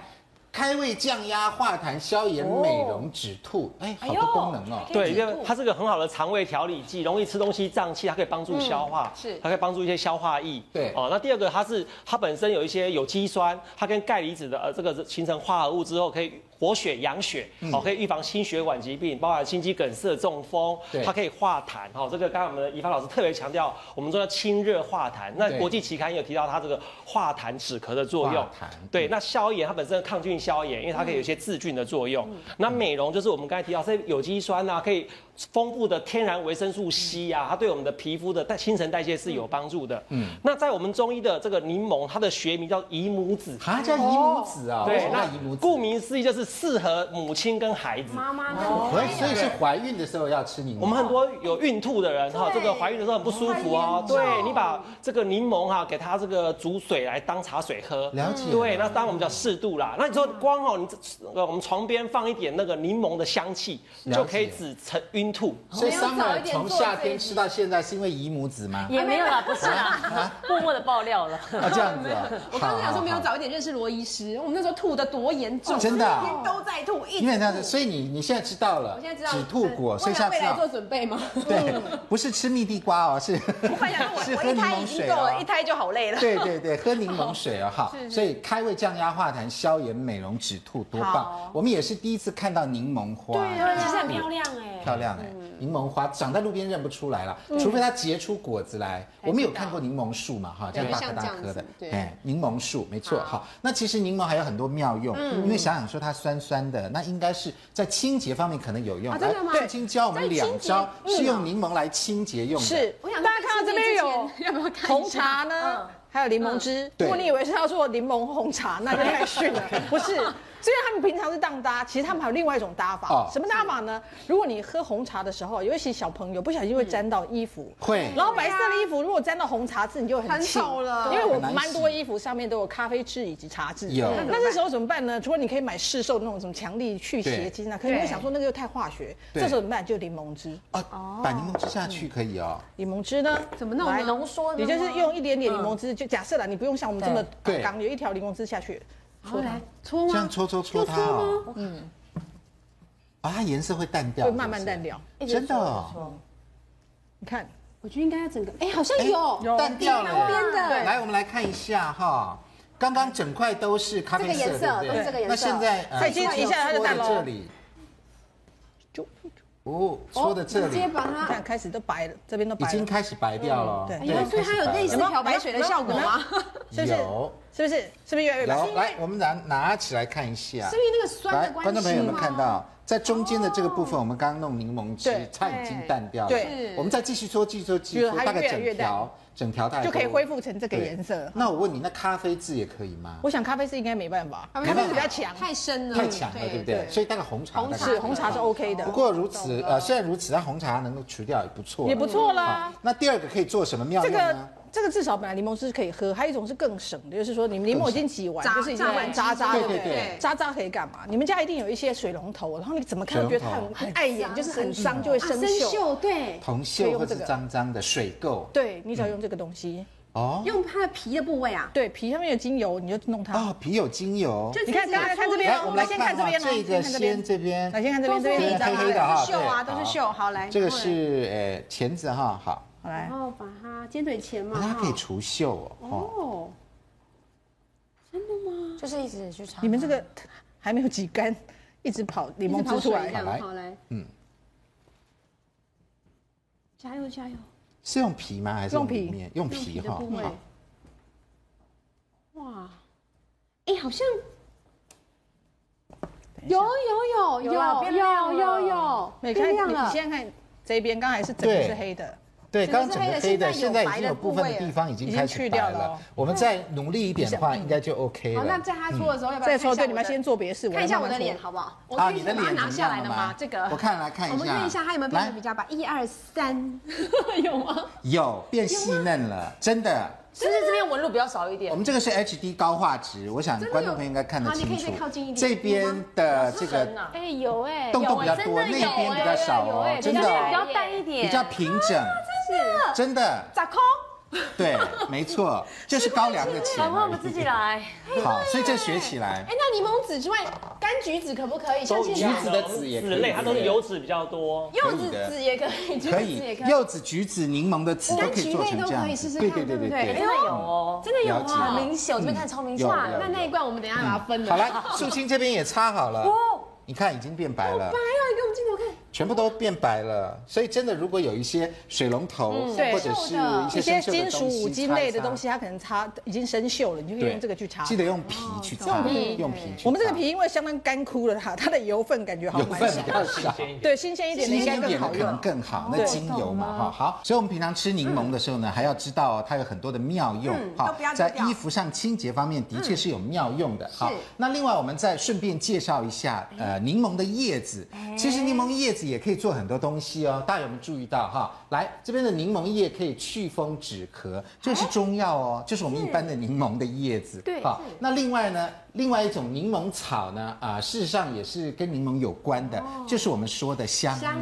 [SPEAKER 1] 开胃降压、化痰、消炎、
[SPEAKER 7] 哦
[SPEAKER 1] 美容、止吐，哎，好多功能哦。
[SPEAKER 8] 对，因为它是个很好的肠胃调理剂，容易吃东西胀气，它可以帮助消化，
[SPEAKER 2] 是
[SPEAKER 8] 它可以帮助一些消化液。
[SPEAKER 1] 对
[SPEAKER 8] 哦，那第二个它是它本身有一些有机酸，它跟钙离子的呃这个形成化合物之后可以。活血养血，
[SPEAKER 1] 嗯
[SPEAKER 8] 哦，可以预防心血管疾病，包含心肌梗塞、中风
[SPEAKER 1] 对，
[SPEAKER 8] 它可以化痰，哦，这个刚刚我们的怡芳老师特别强调，我们说要清热化痰。那
[SPEAKER 1] 对
[SPEAKER 8] 国际期刊也有提到它这个化痰止咳的作用
[SPEAKER 1] 化痰，
[SPEAKER 8] 对，那消炎它本身抗菌消炎，因为它可以有一些治菌的作用。那美容就是我们刚才提到这些有机酸啊，可以丰富的天然维生素 C 啊，它对我们的皮肤的代新陈代谢是有帮助的。嗯，那在我们中医的这个柠檬，它的学名叫姨母子。
[SPEAKER 1] 啊，叫姨母子啊，为什
[SPEAKER 8] 对，
[SPEAKER 1] 么叫
[SPEAKER 8] 那
[SPEAKER 1] 姨母子？
[SPEAKER 8] 顾名思义就是适合母亲跟孩子。
[SPEAKER 1] 所以所以是怀孕的时候要吃柠檬。
[SPEAKER 8] 我们
[SPEAKER 7] 哦
[SPEAKER 8] 很多有孕吐的人哈，这个怀孕的时候很不舒服哦。对你把这个柠檬哈，给它这个煮水来当茶水喝。
[SPEAKER 1] 了解
[SPEAKER 8] 对，那当然我们叫适度啦。那你说光哦，你这呃我们床边放一点那个柠檬的香气，
[SPEAKER 1] 了解
[SPEAKER 8] 就可以止成晕吐。
[SPEAKER 1] 所以桑尔从夏天吃到现在，是因为姨母 子吗？
[SPEAKER 4] 也没 有啦，不是啦，默默的爆料了。
[SPEAKER 1] 啊，这样子啊。
[SPEAKER 7] 啊 我刚刚想说没有
[SPEAKER 1] 好好
[SPEAKER 7] 早一点认识罗医师，我们那时候吐的多严重，
[SPEAKER 1] 真的啊
[SPEAKER 7] 一天都在吐，一
[SPEAKER 1] 因为
[SPEAKER 7] 直
[SPEAKER 1] 那是，所以你你现在知道了，
[SPEAKER 7] 我现在知道
[SPEAKER 1] 止吐果，所以
[SPEAKER 7] 为
[SPEAKER 1] 下
[SPEAKER 7] 了
[SPEAKER 1] 次
[SPEAKER 7] 未来做
[SPEAKER 1] 啊，
[SPEAKER 7] 准 备吗？
[SPEAKER 1] 对，不是吃蜜地瓜哦，是
[SPEAKER 2] 幻想我
[SPEAKER 1] 是
[SPEAKER 2] 我
[SPEAKER 1] 喝
[SPEAKER 2] 一
[SPEAKER 1] 柠
[SPEAKER 2] 胎已
[SPEAKER 1] 檬
[SPEAKER 2] 经
[SPEAKER 1] 水
[SPEAKER 2] 够
[SPEAKER 1] 哦
[SPEAKER 2] 了，一。胎就好累了。
[SPEAKER 1] 对对对，喝柠檬水哦，哈，所以开胃降压、化痰、消炎、美容、止吐，多棒！我们也是第一次看到柠檬花，
[SPEAKER 7] 其实很漂亮哎。
[SPEAKER 1] 漂亮哎，柠檬花长在路边认不出来了，
[SPEAKER 7] 嗯
[SPEAKER 1] 除非它结出果子来。我们有看过柠檬树嘛，哈，这样大棵大棵的，哎，柠檬树没错，好。那其实柠檬还有很多妙用，
[SPEAKER 7] 嗯
[SPEAKER 1] 因为想想说它酸酸的，那应该是在清洁方面可能有用。
[SPEAKER 7] 啊真的吗
[SPEAKER 1] 来郑青教我们两招
[SPEAKER 7] 嗯
[SPEAKER 1] 是用柠檬来清洁用的，
[SPEAKER 5] 是，
[SPEAKER 7] 我想
[SPEAKER 5] 大家看到这边有
[SPEAKER 2] 嗯
[SPEAKER 7] 要不要看
[SPEAKER 5] 红茶嗯呢，还有柠檬汁。
[SPEAKER 1] 对
[SPEAKER 5] 如果你以为是要做柠檬红 茶，那就太逊了。不是，虽然他们平常是当搭，其实他们还有另外一种搭
[SPEAKER 1] 哦
[SPEAKER 5] 法。什么搭法呢？如果你喝红茶的时候，尤其小朋友不小心会沾到衣服。
[SPEAKER 1] 会
[SPEAKER 5] 然后白色的衣服如果沾到红茶渍，你就嗯很气
[SPEAKER 7] 很丑了
[SPEAKER 5] 因为我
[SPEAKER 1] 很难洗
[SPEAKER 5] 蛮多衣服上面都有咖啡渍以及茶渍。
[SPEAKER 1] 有
[SPEAKER 5] 那这时候怎么办呢？除了你可以买市售的那种什么强力去邪精啊，可是你会想说那个又太化学，
[SPEAKER 1] 对
[SPEAKER 5] 这时候怎么办？就柠檬汁。哦
[SPEAKER 1] 啊，把柠檬汁下
[SPEAKER 5] 嗯
[SPEAKER 1] 去可以哦。
[SPEAKER 5] 柠檬汁呢？
[SPEAKER 7] 怎么弄呢
[SPEAKER 5] 来
[SPEAKER 4] 浓缩呢
[SPEAKER 5] 你就是用一点点柠檬汁，就假设啦，你不用像我们这么
[SPEAKER 1] 对
[SPEAKER 5] 刚，有一条柠檬汁下去，
[SPEAKER 7] 后来搓
[SPEAKER 1] 这
[SPEAKER 7] 吗
[SPEAKER 1] 样？搓搓搓它哦，嗯，啊，它颜色会淡掉，
[SPEAKER 5] 会慢慢淡掉。
[SPEAKER 1] 是不是，真的哦，
[SPEAKER 5] 你看，
[SPEAKER 7] 我觉得应该要整个，哎，好像
[SPEAKER 1] 哎
[SPEAKER 7] 有，
[SPEAKER 1] 淡掉了耶，
[SPEAKER 7] 边的
[SPEAKER 1] 来，我们来看一下哈，刚刚整块都是咖啡色，
[SPEAKER 6] 这个颜色
[SPEAKER 1] 对不
[SPEAKER 6] 都
[SPEAKER 1] 对
[SPEAKER 6] 是这个颜色
[SPEAKER 1] 那现在呃
[SPEAKER 5] 再接一下它就
[SPEAKER 1] 搓
[SPEAKER 5] 淡
[SPEAKER 1] 的这
[SPEAKER 5] 了。哦
[SPEAKER 1] 里，
[SPEAKER 5] 就
[SPEAKER 1] 哦，搓的这
[SPEAKER 7] 直接
[SPEAKER 1] 里
[SPEAKER 7] 把它
[SPEAKER 5] 看开始都白了，这边都
[SPEAKER 1] 已
[SPEAKER 5] 白
[SPEAKER 1] 经
[SPEAKER 5] 了，
[SPEAKER 1] 开始白掉了，
[SPEAKER 5] 嗯
[SPEAKER 7] 哎呦啊所以它有类似
[SPEAKER 1] 开始
[SPEAKER 7] 漂白水的效果吗？
[SPEAKER 5] 是不
[SPEAKER 1] 白
[SPEAKER 5] 是？
[SPEAKER 1] 了
[SPEAKER 5] 是不是？是不是越来越
[SPEAKER 1] 有，有，
[SPEAKER 5] 白？
[SPEAKER 1] 来，我们拿拿起来看一下，
[SPEAKER 7] 是因为那个酸
[SPEAKER 1] 来，
[SPEAKER 7] 的关
[SPEAKER 1] 观
[SPEAKER 7] 系吗？
[SPEAKER 1] 众朋友有没有看到，在中间的这个部分，我们刚刚弄柠檬汁
[SPEAKER 5] 对，
[SPEAKER 1] 它已经淡掉了。
[SPEAKER 5] 哦对
[SPEAKER 1] 我们再继续搓，继续搓，继续搓，
[SPEAKER 5] 就是它
[SPEAKER 1] 大概
[SPEAKER 5] 越来越
[SPEAKER 1] 整条整条大概
[SPEAKER 5] 就可以
[SPEAKER 1] 都
[SPEAKER 5] 恢复成这个
[SPEAKER 1] 对
[SPEAKER 5] 颜色。
[SPEAKER 1] 那我问你，那咖啡渍也可以吗？
[SPEAKER 5] 我想咖啡是应该没办法，
[SPEAKER 1] 没办法
[SPEAKER 5] 咖啡是比较强，
[SPEAKER 7] 太深了，
[SPEAKER 1] 太强了，对不对？所以大概红茶，大概可
[SPEAKER 5] 是
[SPEAKER 1] 以
[SPEAKER 5] 红茶是 OK 的
[SPEAKER 1] 不，过如此，呃，虽然如此，但红茶能够除掉也不错，
[SPEAKER 5] 也不。错啦
[SPEAKER 1] 好。，那第二个可以做什么妙
[SPEAKER 5] 这
[SPEAKER 1] 用
[SPEAKER 5] 个
[SPEAKER 1] 呢？
[SPEAKER 5] 这个至少本来柠檬汁是可以喝，还有一种是更省的，就是说你们柠檬已经挤完，
[SPEAKER 7] 榨
[SPEAKER 5] 就是已经
[SPEAKER 7] 榨完
[SPEAKER 5] 渣渣
[SPEAKER 1] 对
[SPEAKER 5] 的，
[SPEAKER 1] 对
[SPEAKER 5] 对不
[SPEAKER 1] 对
[SPEAKER 5] 对？渣渣可以干嘛？你们家一定有一些水龙头，然后你怎么看都觉得它
[SPEAKER 1] 水龙
[SPEAKER 5] 很
[SPEAKER 1] 头
[SPEAKER 5] 很碍眼，就是很脏，就会
[SPEAKER 7] 啊
[SPEAKER 5] 生
[SPEAKER 7] 生
[SPEAKER 5] 锈。
[SPEAKER 7] 锈，对，
[SPEAKER 1] 铜
[SPEAKER 5] 可以
[SPEAKER 1] 锈
[SPEAKER 5] 用
[SPEAKER 1] 或
[SPEAKER 5] 这
[SPEAKER 1] 是
[SPEAKER 5] 个
[SPEAKER 1] 脏脏的水垢
[SPEAKER 5] 对你只要用这个东西，
[SPEAKER 1] 哦
[SPEAKER 7] 用它的皮的部位啊，
[SPEAKER 5] 对皮上面有精油，你就弄它。
[SPEAKER 1] 哦，皮有精油。
[SPEAKER 5] 你看，刚才看这边
[SPEAKER 1] 来，
[SPEAKER 5] 哦，
[SPEAKER 1] 我
[SPEAKER 5] 我
[SPEAKER 1] 们来
[SPEAKER 5] 们来先
[SPEAKER 1] 看
[SPEAKER 5] 看这
[SPEAKER 1] 哈，
[SPEAKER 5] 边哦，
[SPEAKER 1] 这个
[SPEAKER 5] 看这
[SPEAKER 1] 先
[SPEAKER 5] 边，
[SPEAKER 1] 这边，
[SPEAKER 5] 来先看这边，这边
[SPEAKER 1] 这
[SPEAKER 5] 有
[SPEAKER 1] 个黑
[SPEAKER 5] 一张
[SPEAKER 1] 哎黑的
[SPEAKER 5] 啊，
[SPEAKER 1] 哈，
[SPEAKER 7] 都是锈啊
[SPEAKER 1] 对
[SPEAKER 7] 都是
[SPEAKER 1] 好
[SPEAKER 7] 锈好来
[SPEAKER 1] 这个是呃钳子哈，好，
[SPEAKER 5] 好来
[SPEAKER 7] 然，后哦把它尖嘴钳嘛，
[SPEAKER 1] 它可以
[SPEAKER 7] 哈
[SPEAKER 1] 除锈哦哦。
[SPEAKER 7] 哦，
[SPEAKER 4] 就是一直去查。
[SPEAKER 5] 你们这个还没有挤干，一直跑柠
[SPEAKER 7] 一直
[SPEAKER 5] 檬
[SPEAKER 7] 跑
[SPEAKER 5] 汁出
[SPEAKER 7] 水一
[SPEAKER 5] 来，
[SPEAKER 1] 来
[SPEAKER 7] 样，好来，
[SPEAKER 2] 哦
[SPEAKER 1] 嗯
[SPEAKER 7] 嗯，加油加油，
[SPEAKER 1] 是用皮吗？还是
[SPEAKER 5] 用
[SPEAKER 1] 用里
[SPEAKER 5] 皮
[SPEAKER 1] 面？用
[SPEAKER 7] 用
[SPEAKER 1] 皮
[SPEAKER 7] 皮的
[SPEAKER 1] 哈
[SPEAKER 7] 部，位
[SPEAKER 1] 好，
[SPEAKER 7] 哇，哎，好像有
[SPEAKER 2] 哦
[SPEAKER 7] 有有有
[SPEAKER 4] 啦变亮
[SPEAKER 7] 有
[SPEAKER 4] 了
[SPEAKER 7] 有有，
[SPEAKER 5] 你
[SPEAKER 7] 变
[SPEAKER 5] 看
[SPEAKER 7] 亮
[SPEAKER 5] 你
[SPEAKER 7] 了，
[SPEAKER 5] 现在看这边，刚才是整个
[SPEAKER 1] 对
[SPEAKER 5] 是黑的，
[SPEAKER 1] 对，刚刚整
[SPEAKER 7] 整
[SPEAKER 1] 个
[SPEAKER 7] 个是
[SPEAKER 1] 黑
[SPEAKER 7] 黑的
[SPEAKER 1] 的，现
[SPEAKER 7] 现
[SPEAKER 1] 在
[SPEAKER 7] 在
[SPEAKER 1] 已
[SPEAKER 7] 有
[SPEAKER 1] 经有部分的地方已经开始
[SPEAKER 5] 已经去
[SPEAKER 1] 白
[SPEAKER 5] 掉了
[SPEAKER 1] 了
[SPEAKER 5] 哦。
[SPEAKER 1] 我们再努力一点的话，应该就 OK
[SPEAKER 7] 好，那
[SPEAKER 1] 了。
[SPEAKER 7] 嗯在他搓的时候，要不要看
[SPEAKER 5] 这
[SPEAKER 7] 一
[SPEAKER 5] 时候
[SPEAKER 7] 下
[SPEAKER 5] 对
[SPEAKER 7] 我
[SPEAKER 5] 你们要
[SPEAKER 7] 的
[SPEAKER 5] 先做别的事，
[SPEAKER 7] 看一下我的脸
[SPEAKER 5] 好。
[SPEAKER 7] 好不好？我
[SPEAKER 1] 啊，
[SPEAKER 7] 可以
[SPEAKER 1] 你的
[SPEAKER 7] 把它
[SPEAKER 1] 脸
[SPEAKER 7] 拿
[SPEAKER 1] 怎么
[SPEAKER 7] 下
[SPEAKER 1] 样
[SPEAKER 7] 来了吗？这个
[SPEAKER 1] 我看来看一下，
[SPEAKER 7] 我们看一下它有没有变得
[SPEAKER 1] 来
[SPEAKER 7] 比较白，一二三，有吗？
[SPEAKER 1] 有变细嫩了，真的。
[SPEAKER 4] 是不是这边纹路比较少一点
[SPEAKER 1] 我？们这个是 HD 高画质，我想观众朋友应该看得
[SPEAKER 7] 好你可
[SPEAKER 1] 清
[SPEAKER 7] 以
[SPEAKER 1] 楚
[SPEAKER 7] 再靠近一。点
[SPEAKER 1] 这边的这个
[SPEAKER 4] 深啊
[SPEAKER 6] 哎，有哎，
[SPEAKER 1] 洞洞比较
[SPEAKER 4] 有
[SPEAKER 1] 多，
[SPEAKER 4] 哎
[SPEAKER 1] 那
[SPEAKER 4] 真的
[SPEAKER 1] 边比较少
[SPEAKER 6] 有哎
[SPEAKER 1] 哦
[SPEAKER 6] 有哎，
[SPEAKER 1] 真
[SPEAKER 4] 比
[SPEAKER 1] 的
[SPEAKER 4] 较
[SPEAKER 1] 哦
[SPEAKER 4] 比较淡一点，
[SPEAKER 1] 比较平整，真的真的。
[SPEAKER 7] 咋抠？
[SPEAKER 1] 对，没错，这是高粱的钱啊
[SPEAKER 4] 赶啊快我
[SPEAKER 1] 而
[SPEAKER 4] 们自己
[SPEAKER 1] 已。
[SPEAKER 4] 来。
[SPEAKER 1] 好，所以这学起来
[SPEAKER 2] 哎，那柠檬籽之外，柑橘籽可不可以？像
[SPEAKER 8] 都
[SPEAKER 2] 现
[SPEAKER 8] 一
[SPEAKER 2] 在
[SPEAKER 8] 样
[SPEAKER 1] 橘子的籽也可以
[SPEAKER 8] 籽类它都是油脂比较多。
[SPEAKER 2] 柚
[SPEAKER 1] 可以
[SPEAKER 2] 子
[SPEAKER 1] 的
[SPEAKER 2] 籽也可以，橘
[SPEAKER 1] 可
[SPEAKER 2] 子籽也
[SPEAKER 1] 以
[SPEAKER 2] 可，以，
[SPEAKER 1] 柚子、橘子、柠檬的籽都可以做成这样子。对对对对
[SPEAKER 4] 哎
[SPEAKER 1] 对
[SPEAKER 4] 真。的有哦，真的
[SPEAKER 1] 有啊了解嗯
[SPEAKER 4] 明显，我这边看超明显
[SPEAKER 1] 有。
[SPEAKER 2] 哇，那那一罐我们等一下把它分了。
[SPEAKER 1] 好了，素清这边也擦好了。你看已经变白了，白
[SPEAKER 7] 哎
[SPEAKER 1] 啊！你给我们镜头看，全部都变白了。所以真的，如果有一些水龙头，或者是一些
[SPEAKER 5] 嗯一些
[SPEAKER 1] 生锈的
[SPEAKER 5] 金属
[SPEAKER 1] 东西
[SPEAKER 5] 五金类
[SPEAKER 1] 擦一
[SPEAKER 5] 的
[SPEAKER 1] 擦
[SPEAKER 5] 东西，它可能擦已经生锈了，你就可以
[SPEAKER 1] 对
[SPEAKER 5] 用这个去擦。
[SPEAKER 1] 记得用皮去擦，用皮去擦。
[SPEAKER 5] 我们这个皮因为相当干枯了它，它的油分感觉好啊
[SPEAKER 1] 有
[SPEAKER 5] 像
[SPEAKER 1] 分
[SPEAKER 5] 蛮少
[SPEAKER 1] 比。较少。
[SPEAKER 5] 对，新鲜一点的
[SPEAKER 1] 新
[SPEAKER 5] 应
[SPEAKER 1] 鲜
[SPEAKER 5] 该
[SPEAKER 1] 一点的
[SPEAKER 5] 更好
[SPEAKER 1] 可
[SPEAKER 5] 用
[SPEAKER 1] 能。更好，那精油嘛哈好，所以我们平常吃柠檬的时候呢，还要知道哦它有很多的妙用哈，在衣服上清洁方面的确嗯是有妙用的好，那另外我们再顺便介绍一下，呃，柠檬的叶子，其实柠檬叶子也可以做很多东西哦，大家有没有注意到哈？来这边的柠檬叶可以去风止咳，这是中药哦，就是我们一般的柠檬的叶子，
[SPEAKER 6] 对
[SPEAKER 1] 好那另外呢，另外一种柠檬草呢，啊、事实上也是跟柠檬有关的，就是我们说的香
[SPEAKER 2] 香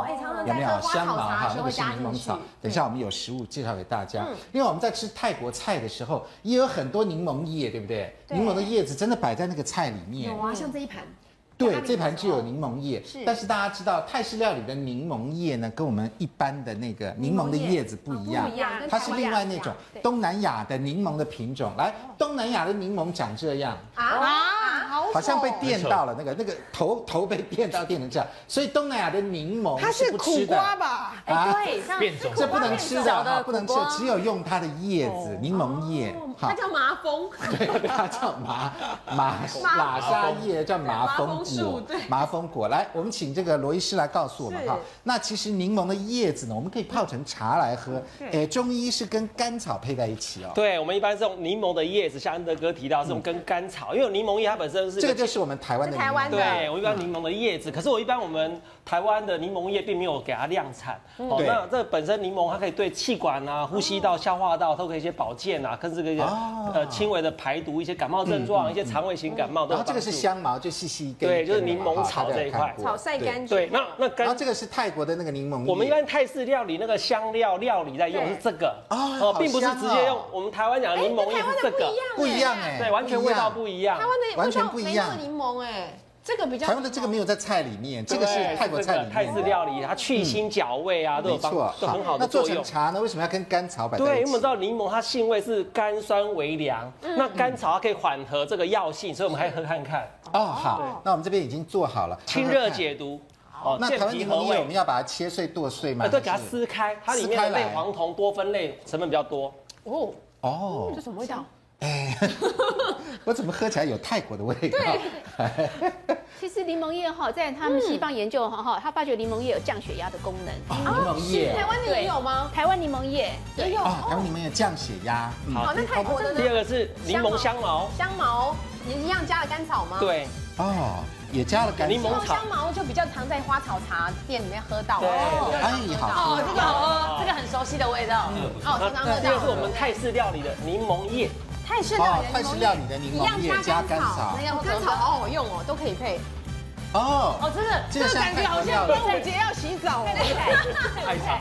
[SPEAKER 1] 茅，
[SPEAKER 2] 哎常常
[SPEAKER 1] 有没有
[SPEAKER 2] 在喝花
[SPEAKER 1] 香茅
[SPEAKER 2] 草
[SPEAKER 1] 哈？
[SPEAKER 2] 茶的时
[SPEAKER 1] 那
[SPEAKER 2] 候
[SPEAKER 1] 个是
[SPEAKER 2] 加
[SPEAKER 1] 柠
[SPEAKER 2] 进
[SPEAKER 1] 檬
[SPEAKER 2] 去嗯
[SPEAKER 1] 草。等一下我们有食物介绍给大家。另外我们在吃泰国菜的时候，也有很多柠檬叶，对不对？柠檬的叶子真的摆在那个菜里面。
[SPEAKER 2] 有啊，像这一盘。
[SPEAKER 1] 对，这盘就有柠檬
[SPEAKER 2] 哦
[SPEAKER 1] 叶，但是大家知道泰式料理的柠檬叶呢，跟我们一般的那个柠檬的叶子不一样
[SPEAKER 2] 哦不一样，跟
[SPEAKER 1] 它是另外那种东南亚的柠檬的品种。来，
[SPEAKER 2] 哦
[SPEAKER 1] 东南亚的柠檬长这样，
[SPEAKER 2] 啊，好
[SPEAKER 1] 好像被电到了，那个那个头头被电到电成这样，所以东南亚的柠檬
[SPEAKER 5] 它是
[SPEAKER 1] 不
[SPEAKER 5] 苦
[SPEAKER 1] 吃的
[SPEAKER 5] 瓜吧？
[SPEAKER 4] 哎，对，像
[SPEAKER 3] 变种
[SPEAKER 1] 啊这不能吃的
[SPEAKER 4] 小
[SPEAKER 1] 哈，
[SPEAKER 4] 的
[SPEAKER 1] 不能吃
[SPEAKER 4] 苦瓜，
[SPEAKER 1] 只有用它的叶子，柠檬叶，
[SPEAKER 2] 它叫麻风，
[SPEAKER 1] 对，它叫麻麻喇沙叶，叫麻风
[SPEAKER 2] 麻风树
[SPEAKER 1] 果
[SPEAKER 2] 对，
[SPEAKER 1] 麻风果。来，我们请这个罗医师来告诉我们哈。那其实柠檬的叶子呢，我们可以泡成茶来喝。诶，中医是跟甘草配在一起哦。
[SPEAKER 8] 对，我们一般是用柠檬的叶子，像安德哥提到这种跟甘草，因为柠檬叶它本身是一
[SPEAKER 1] 这
[SPEAKER 8] 个
[SPEAKER 1] 个就是我们台湾的
[SPEAKER 2] 是台
[SPEAKER 1] 柠
[SPEAKER 2] 湾
[SPEAKER 1] 檬
[SPEAKER 2] 的
[SPEAKER 8] 对，我一般柠檬的叶子，可是我一般我们台湾的柠檬叶并没有给它量产。哦
[SPEAKER 1] 嗯对，
[SPEAKER 8] 那这本身柠檬它可以对气管啊、呼吸道、消化道都可以一些保健啊，跟这个一些
[SPEAKER 1] 哦
[SPEAKER 8] 呃轻微的排毒、一些感冒症状、一些肠胃型感冒
[SPEAKER 1] 嗯
[SPEAKER 8] 都
[SPEAKER 1] 然后
[SPEAKER 8] 有
[SPEAKER 1] 这个是
[SPEAKER 8] 帮助。
[SPEAKER 1] 香茅，就细细一根
[SPEAKER 8] 对就是
[SPEAKER 1] 一根的嘛
[SPEAKER 8] 柠檬
[SPEAKER 1] 哈
[SPEAKER 8] 草
[SPEAKER 1] 大家有
[SPEAKER 8] 这一块
[SPEAKER 1] 看过
[SPEAKER 2] 草晒
[SPEAKER 1] 对
[SPEAKER 2] 干净。
[SPEAKER 8] 对，那那
[SPEAKER 1] 然后
[SPEAKER 8] 跟
[SPEAKER 1] 这个是泰国的那个柠檬叶，
[SPEAKER 8] 我们一般泰式料理那个香料料理在用是这个
[SPEAKER 1] 啊好
[SPEAKER 8] 哦，并不是
[SPEAKER 1] 香哦
[SPEAKER 8] 直接用我们台湾讲的柠檬叶
[SPEAKER 2] 台湾
[SPEAKER 8] 是这
[SPEAKER 2] 的不一
[SPEAKER 8] 个，
[SPEAKER 2] 样，
[SPEAKER 1] 不一样哎，
[SPEAKER 8] 对，完全味道
[SPEAKER 1] 一样
[SPEAKER 8] 不一样
[SPEAKER 2] 台。湾的
[SPEAKER 1] 完
[SPEAKER 2] 味
[SPEAKER 1] 全
[SPEAKER 2] 道
[SPEAKER 1] 不一
[SPEAKER 2] 没
[SPEAKER 1] 样
[SPEAKER 2] 那么柠檬哎，这个比较
[SPEAKER 1] 台湾的这个没有在菜里面，这个是
[SPEAKER 8] 对
[SPEAKER 1] 泰国菜里面的嗯
[SPEAKER 8] 这个泰式料理，它去腥嚼味啊，都有
[SPEAKER 1] 没
[SPEAKER 8] 帮
[SPEAKER 1] 错，，
[SPEAKER 8] 都很好
[SPEAKER 1] 那
[SPEAKER 8] 的
[SPEAKER 1] 做
[SPEAKER 8] 作
[SPEAKER 1] 成
[SPEAKER 8] 用。
[SPEAKER 1] 茶呢，为什么要跟甘草摆在一起？
[SPEAKER 8] 对，因为我们知道柠檬它性味是甘酸微凉，
[SPEAKER 2] 嗯
[SPEAKER 8] 那甘草它可以缓和这个药性，所以我们还喝看看，
[SPEAKER 1] 哦，好，那我们这边已经做好了，
[SPEAKER 8] 清热解毒，哦
[SPEAKER 1] 那台湾柠檬叶我们要把它切碎剁碎吗？
[SPEAKER 8] 啊，对，给它
[SPEAKER 1] 还是
[SPEAKER 8] 撕开，它里
[SPEAKER 1] 撕开
[SPEAKER 8] 面的
[SPEAKER 1] 来
[SPEAKER 8] 类黄酮多酚类成分比较多。
[SPEAKER 2] 哦，
[SPEAKER 1] 哦哎
[SPEAKER 2] 这，什么味道？
[SPEAKER 1] 我怎么喝起来有泰国的味道？
[SPEAKER 6] 其实柠檬叶哈，在他们西方研究哈哈，他发觉柠檬叶有降血压的功能。
[SPEAKER 1] 哦柠檬叶
[SPEAKER 2] 台湾的也有吗？
[SPEAKER 6] 台湾柠檬叶，对，
[SPEAKER 1] 哦，台湾柠檬叶降血压，嗯
[SPEAKER 8] 好
[SPEAKER 2] 好，那泰国的
[SPEAKER 8] 第
[SPEAKER 2] 呢？
[SPEAKER 8] 二个是柠檬香茅，
[SPEAKER 2] 香茅也一样加了甘草吗？。
[SPEAKER 8] 对，
[SPEAKER 1] 哦，也加了甘
[SPEAKER 8] 柠檬
[SPEAKER 1] 草，
[SPEAKER 8] 草
[SPEAKER 2] 香茅就比较常在花草茶店里面喝到，
[SPEAKER 8] 对
[SPEAKER 2] 哦
[SPEAKER 1] 哎，你好
[SPEAKER 8] 嗯
[SPEAKER 1] 喝，
[SPEAKER 4] 这个
[SPEAKER 7] 啊
[SPEAKER 4] 好喝，这个很熟悉的味道。
[SPEAKER 2] 哦，常常喝
[SPEAKER 8] 哦那第二个是我
[SPEAKER 2] 到。
[SPEAKER 8] 们泰式料理的柠檬叶，
[SPEAKER 2] 泰式料
[SPEAKER 1] 哦
[SPEAKER 2] 理，的
[SPEAKER 1] 泰式料理的柠
[SPEAKER 2] 一样
[SPEAKER 1] 檬叶加
[SPEAKER 2] 加
[SPEAKER 1] 甘
[SPEAKER 2] 甘
[SPEAKER 1] 草
[SPEAKER 2] 草，，那个甘草好好用哦，都可以 配。
[SPEAKER 1] 哦，
[SPEAKER 4] 哦，真的，
[SPEAKER 1] 这个像泰国料理，
[SPEAKER 5] 我姐要洗澡哦，
[SPEAKER 8] 艾草，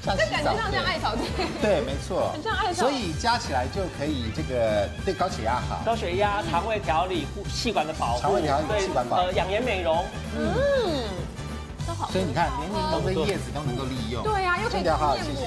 [SPEAKER 1] 像
[SPEAKER 2] 这
[SPEAKER 1] 洗
[SPEAKER 2] 感
[SPEAKER 1] 澡
[SPEAKER 2] 觉上像
[SPEAKER 1] 对
[SPEAKER 2] 艾草对。
[SPEAKER 1] 对，没错，
[SPEAKER 2] 像艾草
[SPEAKER 1] 所以加起来就可以这个对高血压好。
[SPEAKER 8] 高血压、肠胃调理、呼气管的保护，
[SPEAKER 1] 肠胃调理
[SPEAKER 8] 对
[SPEAKER 1] 气管保护
[SPEAKER 8] 呃，养颜美容，
[SPEAKER 1] 所以你看，连柠檬的叶子都能够利用，
[SPEAKER 2] 对啊又可以
[SPEAKER 1] 真的好好
[SPEAKER 2] 做面
[SPEAKER 1] 谢谢
[SPEAKER 2] 膜